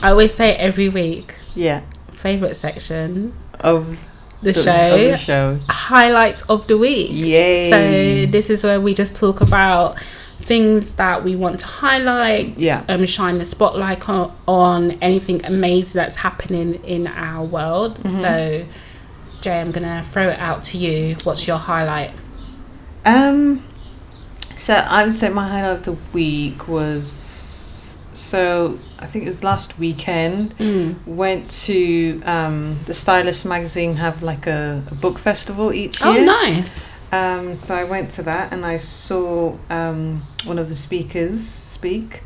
Speaker 2: I always say every week,
Speaker 1: Yeah,
Speaker 2: favourite section.
Speaker 1: of
Speaker 2: the,
Speaker 1: the,
Speaker 2: show,
Speaker 1: Of the show.
Speaker 2: highlight of the week.
Speaker 1: Yay!
Speaker 2: So this is where we just talk about things that we want to highlight,
Speaker 1: yeah,
Speaker 2: um, shine the spotlight on, on anything amazing that's happening in our world.
Speaker 1: Mm-hmm.
Speaker 2: So, Jay, I'm gonna throw it out to you. What's your highlight?
Speaker 1: Um, so I would say my highlight of the week was so I think it was last weekend. Went to um, the Stylist magazine have like a, a book festival each year.
Speaker 2: Oh, nice.
Speaker 1: Um, so I went to that and I saw um, one of the speakers speak,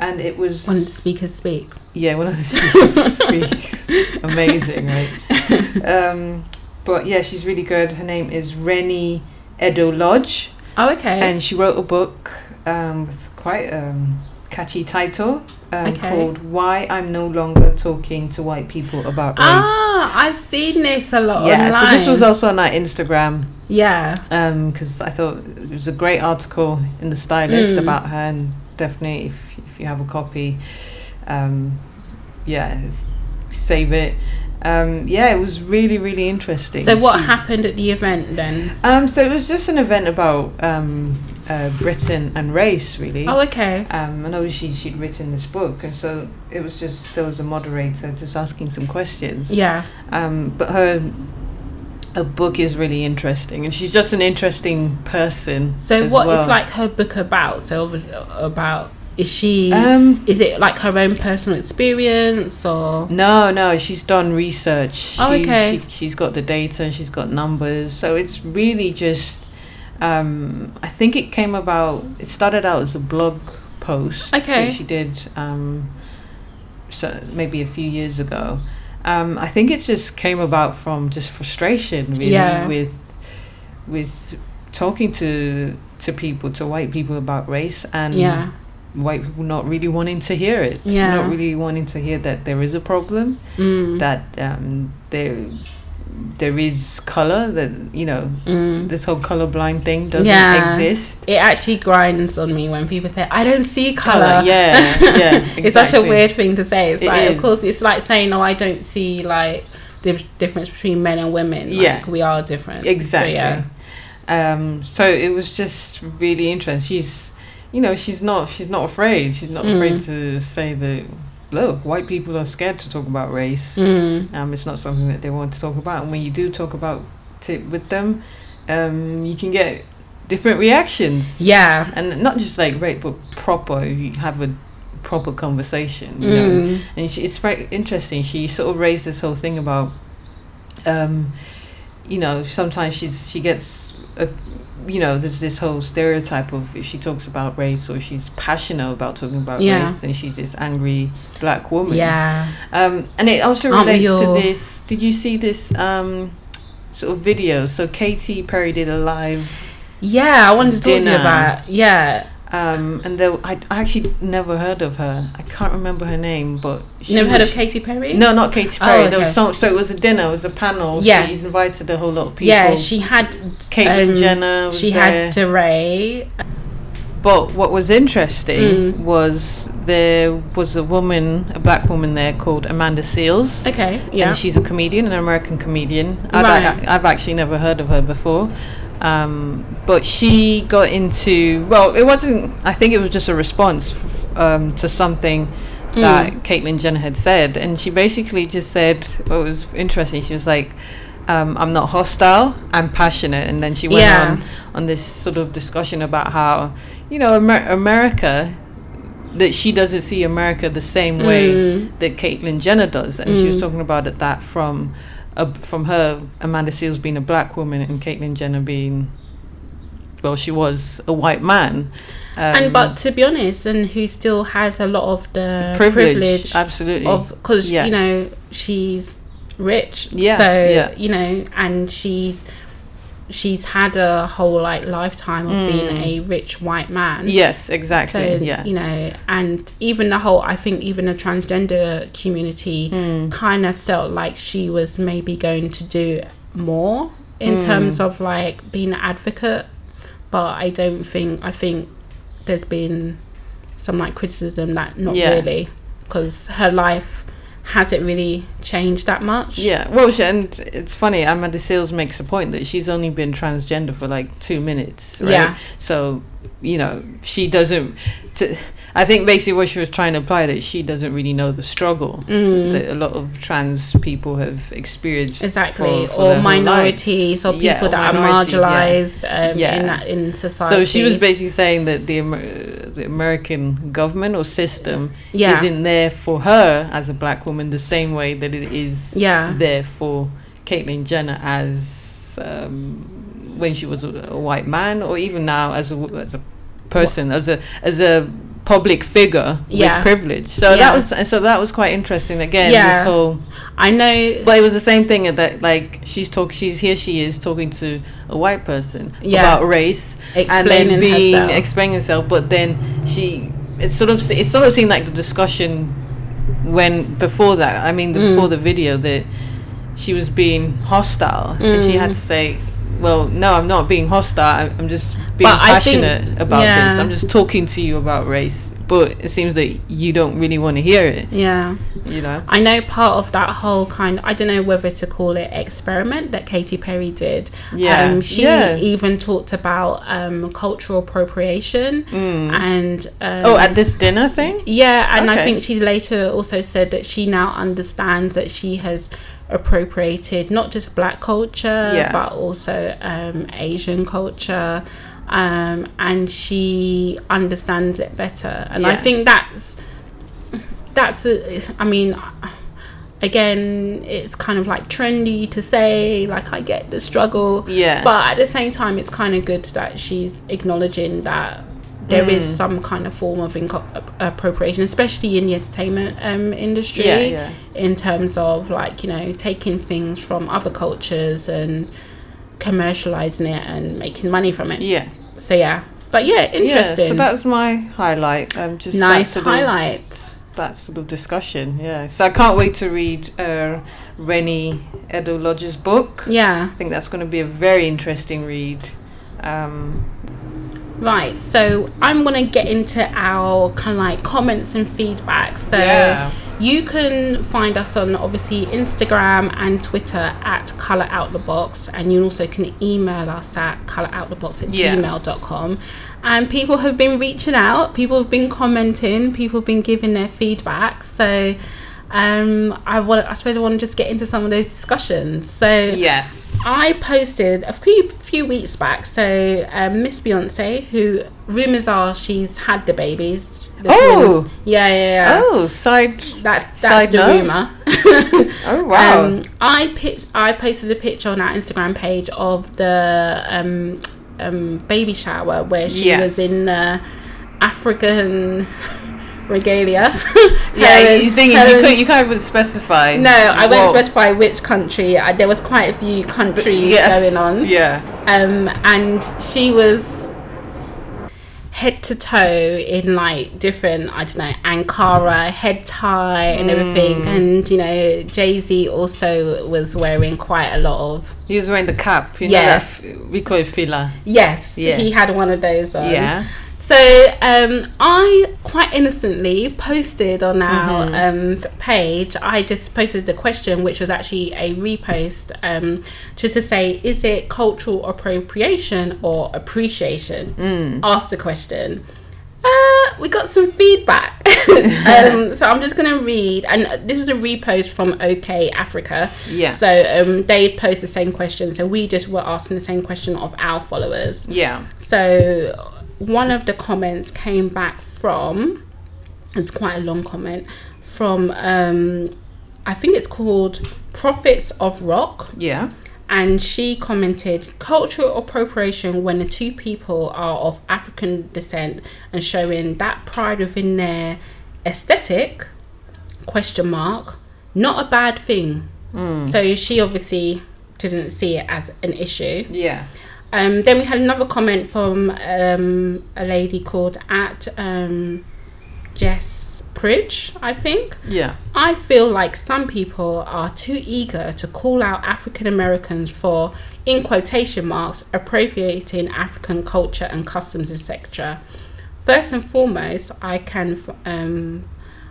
Speaker 1: and it was
Speaker 2: When the speakers speak.
Speaker 1: yeah, one of the (laughs) speakers
Speaker 2: (laughs)
Speaker 1: speak. Amazing, right? Um, but yeah, she's really good. Her name is Rennie Edo Lodge,
Speaker 2: Oh, okay.
Speaker 1: and she wrote a book um, with quite a um, catchy title um,
Speaker 2: Okay.
Speaker 1: called "Why I'm No Longer Talking to White People About Race."
Speaker 2: ah, I've seen this a lot
Speaker 1: yeah,
Speaker 2: Ah, online.
Speaker 1: so this was also on our Instagram
Speaker 2: yeah.
Speaker 1: because Um, I thought it was a great article in the Stylist
Speaker 2: Mm.
Speaker 1: about her, and definitely if if you have a copy, um, yeah, it's, save it. Um, yeah, it was really really interesting.
Speaker 2: So what
Speaker 1: She's-
Speaker 2: happened at the event then?
Speaker 1: Um, so it was just an event about um, uh, Britain and race, really.
Speaker 2: Oh, okay.
Speaker 1: Um, and obviously she'd written this book, and so it was just there was a moderator just asking some questions
Speaker 2: Yeah.
Speaker 1: um, but her her book is really interesting, and she's just an interesting person.
Speaker 2: So what
Speaker 1: as
Speaker 2: is
Speaker 1: well.
Speaker 2: like her book about? So obviously about is she
Speaker 1: Um,
Speaker 2: is it like her own personal experience or
Speaker 1: no, no, she's done research.
Speaker 2: Oh,
Speaker 1: she's,
Speaker 2: okay.
Speaker 1: She, she's got the data. She's got numbers. So it's really just. Um, I think it came about. It started out as a blog post
Speaker 2: Okay.
Speaker 1: that she did. Um, so maybe a few years ago. Um, I think it just came about from just frustration, really,
Speaker 2: Yeah.
Speaker 1: with with talking to to people, to white people about race, and
Speaker 2: yeah.
Speaker 1: white people not really wanting to hear it,
Speaker 2: Yeah.
Speaker 1: not really wanting to hear that there is a problem,
Speaker 2: Mm.
Speaker 1: that um, there there is color, that you know
Speaker 2: Mm.
Speaker 1: this whole colorblind thing doesn't
Speaker 2: Yeah.
Speaker 1: exist.
Speaker 2: It actually grinds on me when people say, I don't see colour.
Speaker 1: Color, yeah, yeah.
Speaker 2: (laughs) It's such a
Speaker 1: exactly.
Speaker 2: weird thing to say. It's
Speaker 1: It
Speaker 2: like,
Speaker 1: is.
Speaker 2: of course, it's like saying, "Oh, I don't see like the difference between men and women. Like,
Speaker 1: Yeah.
Speaker 2: we are different. So,
Speaker 1: Exactly.
Speaker 2: yeah.
Speaker 1: Um, so it was just really interesting. She's, you know, she's not she's not afraid. She's not
Speaker 2: Mm.
Speaker 1: afraid to say that. Look, white people are scared to talk about race.
Speaker 2: Mm.
Speaker 1: Um, it's not something that they want to talk about. And when you do talk about it with them, um, you can get different reactions.
Speaker 2: Yeah.
Speaker 1: And not just like rape, but proper. You have a proper conversation. You know,
Speaker 2: Mm.
Speaker 1: and she, it's very interesting. She sort of raised this whole thing about, um, you know, sometimes she's she gets, a, you know, there's this whole stereotype of if she talks about race or she's passionate about talking about
Speaker 2: Yeah.
Speaker 1: race, then she's this angry black woman.
Speaker 2: Yeah.
Speaker 1: Um, and it also
Speaker 2: Aren't we
Speaker 1: relates to
Speaker 2: all?
Speaker 1: this. Did you see this um, sort of video? So Katy Perry did a live.
Speaker 2: Yeah. I wanted to talk to you
Speaker 1: Dinner.
Speaker 2: about. Yeah.
Speaker 1: Um, and there, I, I actually never heard of her. I can't remember her name, but she
Speaker 2: Never heard
Speaker 1: was-
Speaker 2: of Katy Perry?
Speaker 1: No, not Katy
Speaker 2: Oh,
Speaker 1: Perry. There was
Speaker 2: okay.
Speaker 1: so so it was a dinner, it was a panel.
Speaker 2: Yes.
Speaker 1: She invited a whole lot of people.
Speaker 2: Yeah. She had.
Speaker 1: Caitlyn
Speaker 2: um,
Speaker 1: Jenner was
Speaker 2: She
Speaker 1: there.
Speaker 2: had DeRay.
Speaker 1: But what was interesting
Speaker 2: Mm.
Speaker 1: was there was a woman, a black woman there called Amanda Seals.
Speaker 2: Okay. Yeah.
Speaker 1: And she's a comedian, an American comedian. I've,
Speaker 2: Right.
Speaker 1: I, have actually never heard of her before. Um, but she got into, well, it wasn't, I think it was just a response f- um, to something
Speaker 2: Hmm.
Speaker 1: that Caitlyn Jenner had said. And she basically just said, well, it was interesting. She was like, um, I'm not hostile, I'm passionate. And then she went
Speaker 2: Yeah.
Speaker 1: on, on this sort of discussion about how, you know, Amer- America, that she doesn't see America the same way
Speaker 2: Mm.
Speaker 1: that Caitlyn Jenner does, and she was
Speaker 2: Mm.
Speaker 1: talking about it that from a, from her Amanda Seals being a black woman and Caitlyn Jenner being well, she was a white man. Um,
Speaker 2: and but to be honest, and who still has a lot of the
Speaker 1: Um, privilege,
Speaker 2: privilege
Speaker 1: absolutely.
Speaker 2: of because
Speaker 1: Yeah.
Speaker 2: you know she's rich
Speaker 1: Yeah,
Speaker 2: so
Speaker 1: yeah.
Speaker 2: you know and she's she's had a whole like lifetime of being
Speaker 1: Mm.
Speaker 2: a rich white man
Speaker 1: yes, exactly.
Speaker 2: so
Speaker 1: yeah,
Speaker 2: you know and even the whole i think even the transgender community
Speaker 1: Hmm.
Speaker 2: kind of felt like she was maybe going to do more in
Speaker 1: Hmm.
Speaker 2: terms of like being an advocate but i don't think i think there's been some like criticism that not
Speaker 1: Yeah.
Speaker 2: really because her life hasn't really changed that much
Speaker 1: yeah. Well, she, and it's funny. Amanda Seals makes a point that she's only been transgender for like two minutes, right?
Speaker 2: Yeah.
Speaker 1: So you know she doesn't. T- I think basically what she was trying to imply that she doesn't really know the struggle.
Speaker 2: Mm.
Speaker 1: that a lot of trans people have experienced
Speaker 2: Exactly,
Speaker 1: for- for their
Speaker 2: or
Speaker 1: whole lives.
Speaker 2: minorities, or people
Speaker 1: Yeah,
Speaker 2: that are
Speaker 1: minorities, yeah.
Speaker 2: marginalised um,
Speaker 1: Yeah.
Speaker 2: in that in society.
Speaker 1: So she was basically saying that the Amer- the American government or system
Speaker 2: yeah,
Speaker 1: isn't there for her as a black woman the same way that it is
Speaker 2: yeah,
Speaker 1: there for Caitlyn Jenner as um, when she was a, a white man, or even now as a w- as a person, as a as a public figure
Speaker 2: Yeah.
Speaker 1: with privilege. So
Speaker 2: Yeah.
Speaker 1: that was so that was quite interesting. Again, this
Speaker 2: Yeah.
Speaker 1: whole
Speaker 2: I know.
Speaker 1: But it was the same thing that like she's talk she's here she is talking to a white person
Speaker 2: Yeah.
Speaker 1: about race and then
Speaker 2: Explaining
Speaker 1: being
Speaker 2: herself.
Speaker 1: explaining herself but then she it's sort of it sort of seemed like the discussion when before that I mean the,
Speaker 2: Mm.
Speaker 1: before the video that she was being hostile and she had to
Speaker 2: Mm.
Speaker 1: say well no I'm not being hostile I'm, I'm just being
Speaker 2: But I think-
Speaker 1: passionate about this
Speaker 2: yeah.
Speaker 1: I'm just talking to you about race but it seems that you don't really want to hear it
Speaker 2: Yeah,
Speaker 1: you know
Speaker 2: I know part of that whole kind. I don't know whether to call it experiment that Katy Perry did.
Speaker 1: Yeah.
Speaker 2: um, she
Speaker 1: Yeah.
Speaker 2: even talked about um, cultural appropriation and um,
Speaker 1: Mm. oh at this dinner thing
Speaker 2: Yeah, and
Speaker 1: Okay.
Speaker 2: I think she later also said that she now understands that she has appropriated not just black culture
Speaker 1: Yeah.
Speaker 2: but also um, Asian culture, um, and she understands it better. And I
Speaker 1: Yeah.
Speaker 2: think that's that's. A, I mean. Again, it's kind of like trendy to say, like, I get the struggle.
Speaker 1: Yeah.
Speaker 2: But at the same time, it's kind of good that she's acknowledging that there is
Speaker 1: Mm.
Speaker 2: some kind of form of inco- appropriation, especially in the entertainment um, industry
Speaker 1: Yeah, yeah.
Speaker 2: in terms of like you know taking things from other cultures and commercializing it and making money from it
Speaker 1: Yeah.
Speaker 2: so yeah but yeah
Speaker 1: Yeah,
Speaker 2: interesting
Speaker 1: so that's my highlight. Um, just that
Speaker 2: nice
Speaker 1: sort of-
Speaker 2: highlights
Speaker 1: that sort of discussion. Yeah, so I can't wait to read uh, Rennie Edo Lodge's book.
Speaker 2: yeah
Speaker 1: I think that's going to be a very interesting read. Um,
Speaker 2: right so i'm gonna get into our kind of like comments and feedback so
Speaker 1: Yeah.
Speaker 2: you can find us on obviously instagram and twitter at color out the box and you also can email us at color out the box at
Speaker 1: Yeah.
Speaker 2: gmail.com and people have been reaching out people have been commenting people have been giving their feedback so um i want i suppose i want to just get into some of those discussions so
Speaker 1: yes.
Speaker 2: I posted a few few weeks back. So um, Miss Beyonce, who rumors are she's had the babies. the
Speaker 1: Oh!
Speaker 2: twins. yeah, yeah, yeah.
Speaker 1: oh, side.
Speaker 2: That's that's
Speaker 1: Side
Speaker 2: the
Speaker 1: note.
Speaker 2: rumor.
Speaker 1: (laughs) Oh wow.
Speaker 2: Um, I pic- I posted a picture on our Instagram page of the um, um, baby shower where she
Speaker 1: Yes.
Speaker 2: was in uh, African (laughs)
Speaker 1: yeah,
Speaker 2: regalia. (laughs) Her
Speaker 1: the
Speaker 2: and-
Speaker 1: thing
Speaker 2: her
Speaker 1: is, you
Speaker 2: and-
Speaker 1: can't, you can't even specify.
Speaker 2: No, I
Speaker 1: what-
Speaker 2: won't specify which country. I, there was quite a few countries
Speaker 1: Yes.
Speaker 2: going on
Speaker 1: Yeah.
Speaker 2: um, and she was head to toe in like different I don't know Ankara head tie and everything
Speaker 1: Mm.
Speaker 2: and you know Jay-Z also was wearing quite a lot of
Speaker 1: He was wearing the cap. You
Speaker 2: Yeah.
Speaker 1: know that f- we call it filler.
Speaker 2: yes
Speaker 1: Yeah.
Speaker 2: he had one of those on
Speaker 1: Yeah.
Speaker 2: so um, I quite innocently posted on our um, page. I just posted the question, which was actually a repost, um, just to say, is it cultural appropriation or appreciation? Asked the question. Uh, we got some feedback. (laughs) um, so I'm just going to read, and this was a repost from OK Africa.
Speaker 1: Yeah.
Speaker 2: So um, they posed the same question. So we just were asking the same question of our followers.
Speaker 1: Yeah.
Speaker 2: So one of the comments came back from it's quite a long comment from um I think it's called Prophets of Rock
Speaker 1: Yeah.
Speaker 2: and she commented cultural appropriation when the two people are of African descent and showing that pride within their aesthetic question mark not a bad thing. So she obviously didn't see it as an issue.
Speaker 1: Yeah.
Speaker 2: Um, then we had another comment from um, a lady called at um, Jess Pridge, I think.
Speaker 1: Yeah.
Speaker 2: I feel like some people are too eager to call out African Americans for, in quotation marks, appropriating African culture and customs, etc. First and foremost, I can, f- um,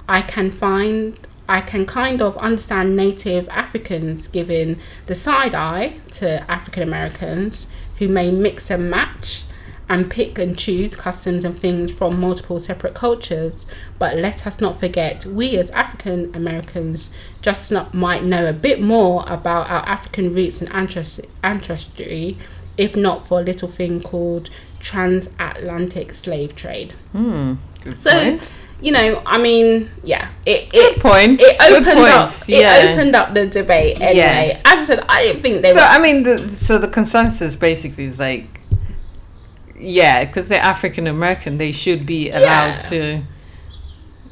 Speaker 2: I can find, I can kind of understand Native Africans giving the side eye to African Americans who may mix and match and pick and choose customs and things from multiple separate cultures. But let us not forget, we as African Americans just not, might know a bit more about our African roots and ancestry, ancestry if not for a little thing called transatlantic slave trade.
Speaker 1: Hmm. Good
Speaker 2: So,
Speaker 1: point.
Speaker 2: You know, I mean, yeah, it,
Speaker 1: Good
Speaker 2: it,
Speaker 1: point.
Speaker 2: it opened
Speaker 1: Good
Speaker 2: up.
Speaker 1: points. yeah.
Speaker 2: It opened up the debate anyway. As I said, I didn't think they
Speaker 1: so
Speaker 2: were.
Speaker 1: I mean, the, so the consensus basically is like, yeah, because they're African American, they should be allowed to.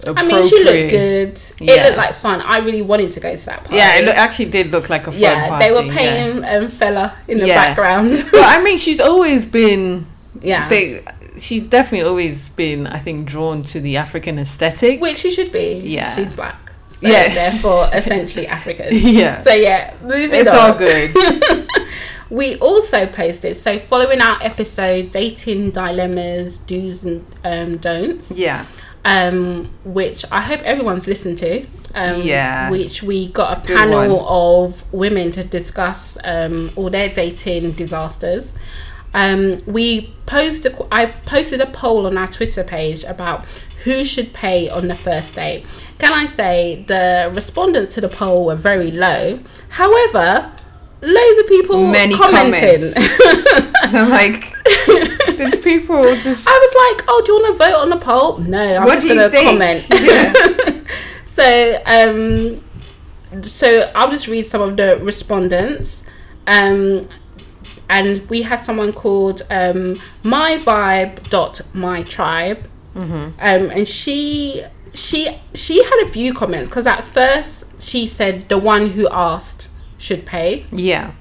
Speaker 2: I mean, she
Speaker 1: appropriate-
Speaker 2: looked good. It
Speaker 1: Yeah.
Speaker 2: looked like fun. I really wanted to go to that party.
Speaker 1: Yeah, it look, actually did look like a fun
Speaker 2: yeah,
Speaker 1: party.
Speaker 2: they were
Speaker 1: yeah.
Speaker 2: paying um, fella in the
Speaker 1: Yeah. (laughs)
Speaker 2: background.
Speaker 1: But I mean, she's always been.
Speaker 2: yeah,
Speaker 1: They, she's definitely always been. I think drawn to the African aesthetic.
Speaker 2: which she should be.
Speaker 1: Yeah.
Speaker 2: she's black. So
Speaker 1: Yes.
Speaker 2: therefore essentially African.
Speaker 1: (laughs) Yeah.
Speaker 2: (laughs) So yeah, moving
Speaker 1: it's
Speaker 2: on.
Speaker 1: all
Speaker 2: (laughs)
Speaker 1: good.
Speaker 2: We also posted so following our episode, dating dilemmas, do's and um, don'ts.
Speaker 1: yeah,
Speaker 2: um, which I hope everyone's listened to. Um,
Speaker 1: Yeah.
Speaker 2: Which we got
Speaker 1: It's a
Speaker 2: a
Speaker 1: good
Speaker 2: panel of women to discuss um, all their dating disasters. Um, we posed a qu- I posted a poll on our Twitter page about who should pay on the first date. Can I say the respondents to the poll were very low. However, loads of people
Speaker 1: Many
Speaker 2: commenting.
Speaker 1: comments. I'm like, did people just?
Speaker 2: (laughs) I was like, oh, do you want to vote on the poll? No, I'm
Speaker 1: What
Speaker 2: just
Speaker 1: do you
Speaker 2: going to
Speaker 1: think?
Speaker 2: comment. so, um, so I'll just read some of the respondents. Um, and we had someone called um, my vibe dot my tribe
Speaker 1: Mm-hmm.
Speaker 2: um, and she she she had a few comments because at first she said the one who asked should pay
Speaker 1: (laughs) Yeah.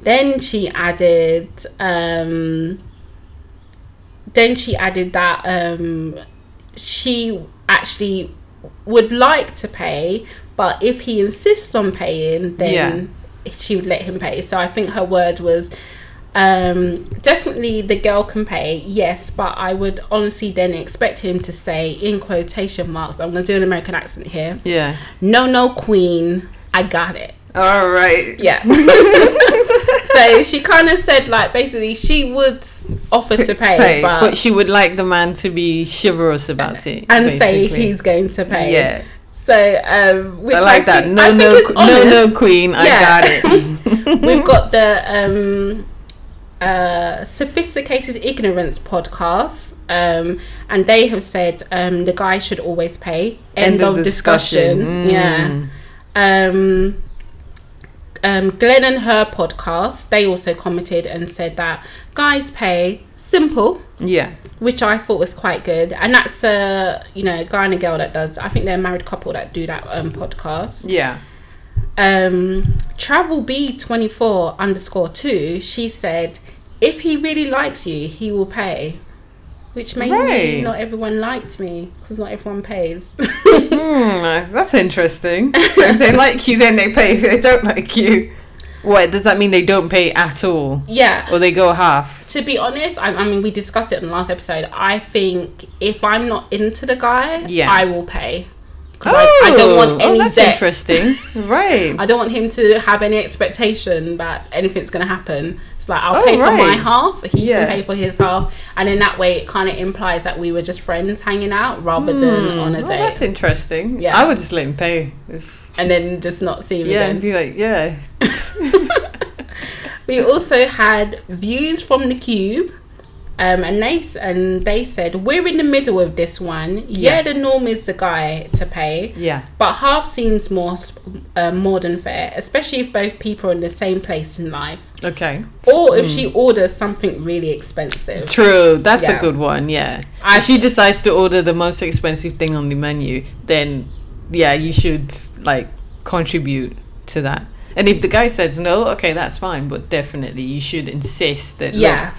Speaker 2: then she added um then she added that um she actually would like to pay but if he insists on paying then she would let him pay so i think her word was um definitely the girl can pay yes but i would honestly then expect him to say in quotation marks i'm gonna do an american accent here
Speaker 1: Yeah.
Speaker 2: no no queen i got it
Speaker 1: All right. (laughs)
Speaker 2: yeah. so she kind of said, like, basically, she would offer to pay,
Speaker 1: Pay,
Speaker 2: but,
Speaker 1: but, she would like the man to be chivalrous about it
Speaker 2: and say
Speaker 1: basically.
Speaker 2: he's going to pay.
Speaker 1: Yeah,
Speaker 2: So, um, which
Speaker 1: I like that.
Speaker 2: think-
Speaker 1: no,
Speaker 2: I think
Speaker 1: no,
Speaker 2: is
Speaker 1: qu-
Speaker 2: honest.
Speaker 1: no, no, queen. I
Speaker 2: Yeah.
Speaker 1: got it.
Speaker 2: (laughs)
Speaker 1: (laughs)
Speaker 2: We've got the um, uh, sophisticated ignorance podcast, um, and they have said um, the guy should always pay. End, of, discussion. Mm. Yeah. um, um, Glenn and her podcast, they also commented and said that guys pay simple,
Speaker 1: Yeah.
Speaker 2: which I thought was quite good. And that's a you know guy and a girl that does. I think they're a married couple that do that um, podcast.
Speaker 1: Yeah.
Speaker 2: Um, Travel B twenty four underscore two. She said, if he really likes you, he will pay. Which made me
Speaker 1: Right.
Speaker 2: not everyone liked me because not everyone pays. (laughs)
Speaker 1: Hmm, that's interesting. So if they like you, then they pay. If they don't like you, what does that mean? They don't pay at all,
Speaker 2: yeah,
Speaker 1: or they go half?
Speaker 2: to be honest, I, I mean, we discussed it in the last episode. I think if I'm not into the guy,
Speaker 1: Yeah.
Speaker 2: I will pay. 'Cause I, I don't want
Speaker 1: Oh,
Speaker 2: any
Speaker 1: oh, that's
Speaker 2: debt. (laughs)
Speaker 1: interesting. Right.
Speaker 2: I don't want him to have any expectation that anything's going to happen. It's like, I'll
Speaker 1: Oh,
Speaker 2: pay for my
Speaker 1: right.
Speaker 2: half, he
Speaker 1: Yeah.
Speaker 2: can pay for his half. And in that way, it kind of implies that we were just friends hanging out rather than on a
Speaker 1: Oh,
Speaker 2: date.
Speaker 1: that's interesting.
Speaker 2: Yeah.
Speaker 1: I would just let him pay. If,
Speaker 2: And then just not see him
Speaker 1: yeah, and (laughs) be
Speaker 2: again.
Speaker 1: like, yeah.
Speaker 2: (laughs) We also had views from the cube. Um, and they s- and they said we're in the middle of this one. Yeah,
Speaker 1: Yeah.
Speaker 2: the norm is the guy to pay,
Speaker 1: Yeah.
Speaker 2: but half seems more sp- uh, more than fair, especially if both people are in the same place in life,
Speaker 1: Okay.
Speaker 2: or if she orders something really expensive.
Speaker 1: Hmm. True. That's
Speaker 2: Yeah.
Speaker 1: a good one. Yeah.
Speaker 2: I-
Speaker 1: if she decides to order the most expensive thing on the menu, then yeah, you should like contribute to that. And if the guy says no, okay, that's fine. But definitely, you should insist that. look,
Speaker 2: Yeah.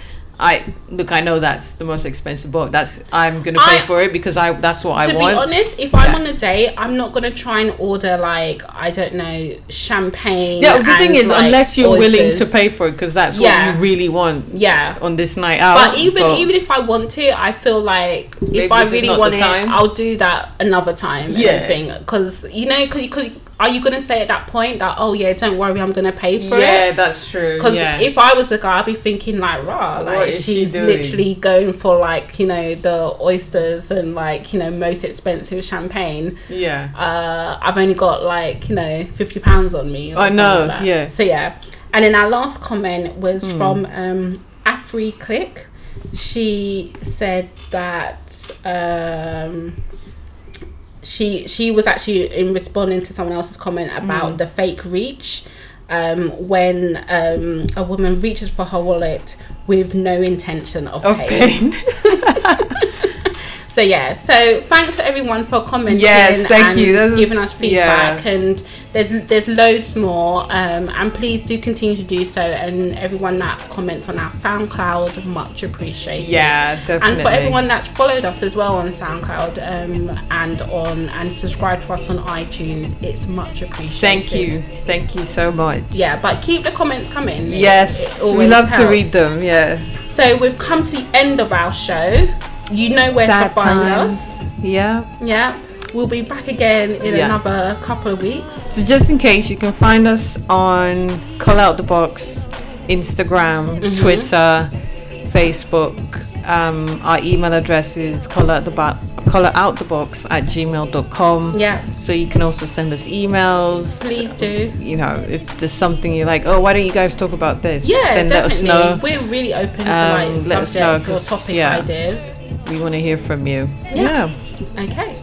Speaker 1: I look. I know that's the most expensive book. That's I'm gonna pay
Speaker 2: I-
Speaker 1: for it because I that's what
Speaker 2: To
Speaker 1: I
Speaker 2: be
Speaker 1: want.
Speaker 2: honest, if I'm
Speaker 1: Yeah.
Speaker 2: on a date, I'm not gonna try and order like I don't know champagne.
Speaker 1: yeah. The
Speaker 2: and,
Speaker 1: thing is,
Speaker 2: like,
Speaker 1: unless you're willing to
Speaker 2: oysters.
Speaker 1: pay for it, because that's
Speaker 2: Yeah.
Speaker 1: what you really want
Speaker 2: yeah,
Speaker 1: on this night out.
Speaker 2: But even even if I want to, I feel like if
Speaker 1: Maybe
Speaker 2: I
Speaker 1: this is
Speaker 2: really
Speaker 1: not the
Speaker 2: want it,
Speaker 1: time.
Speaker 2: I'll do that another time.
Speaker 1: Yeah.
Speaker 2: Yeah. Because you know, because are you gonna say at that point that oh yeah, don't worry, I'm gonna pay for it?
Speaker 1: yeah, that's true.
Speaker 2: Because
Speaker 1: yeah.
Speaker 2: if I was the guy, I'd be thinking like, rah, like
Speaker 1: What is
Speaker 2: she's
Speaker 1: she doing?
Speaker 2: literally going for like you know the oysters and like you know most expensive champagne.
Speaker 1: yeah.
Speaker 2: Uh, I've only got like you know fifty pounds on me. or
Speaker 1: I
Speaker 2: something
Speaker 1: know,
Speaker 2: like that.
Speaker 1: yeah. Hmm.
Speaker 2: So yeah, and then our last comment was from um, Afri Click. She said that um, she she was actually in responding to someone else's comment
Speaker 1: Hmm.
Speaker 2: about the fake reach. Um, when um, a woman reaches for her wallet with no intention of,
Speaker 1: of pain.
Speaker 2: paying.
Speaker 1: (laughs)
Speaker 2: So yeah, so thanks to everyone for commenting.
Speaker 1: Yes, thank
Speaker 2: and
Speaker 1: you. This is-
Speaker 2: giving us feedback,
Speaker 1: yeah.
Speaker 2: and there's there's loads more. Um, and please do continue to do so, and everyone that comments on our SoundCloud, much appreciated.
Speaker 1: Yeah, definitely.
Speaker 2: And for everyone that's followed us as well on SoundCloud um, and on and subscribed to us on iTunes, it's much appreciated.
Speaker 1: Thank you. Thank you so much.
Speaker 2: Yeah, but keep the comments coming. It-
Speaker 1: Yes,
Speaker 2: it
Speaker 1: we
Speaker 2: always
Speaker 1: love to
Speaker 2: helps.
Speaker 1: read them. Yeah.
Speaker 2: So we've come to the end of our show. You know where
Speaker 1: Sad
Speaker 2: to find
Speaker 1: times.
Speaker 2: us.
Speaker 1: Yeah.
Speaker 2: Yeah, we'll be back again in
Speaker 1: Yes.
Speaker 2: another couple of weeks.
Speaker 1: So just in case, you can find us on Call Out the Box, Instagram,
Speaker 2: Mm-hmm.
Speaker 1: Twitter, Facebook. Um, our email address is color out the bo- color out the box at gmail.com.
Speaker 2: Yeah,
Speaker 1: So you can also send us emails.
Speaker 2: please do.
Speaker 1: You know, if there's something you're like, oh, why don't you guys talk about this?
Speaker 2: Yeah,
Speaker 1: then
Speaker 2: definitely.
Speaker 1: let us know.
Speaker 2: We're really open to
Speaker 1: Um,
Speaker 2: like
Speaker 1: let us know,
Speaker 2: subjects or
Speaker 1: 'cause,
Speaker 2: topic
Speaker 1: yeah.
Speaker 2: ideas.
Speaker 1: We want to hear from you.
Speaker 2: Yeah. Okay,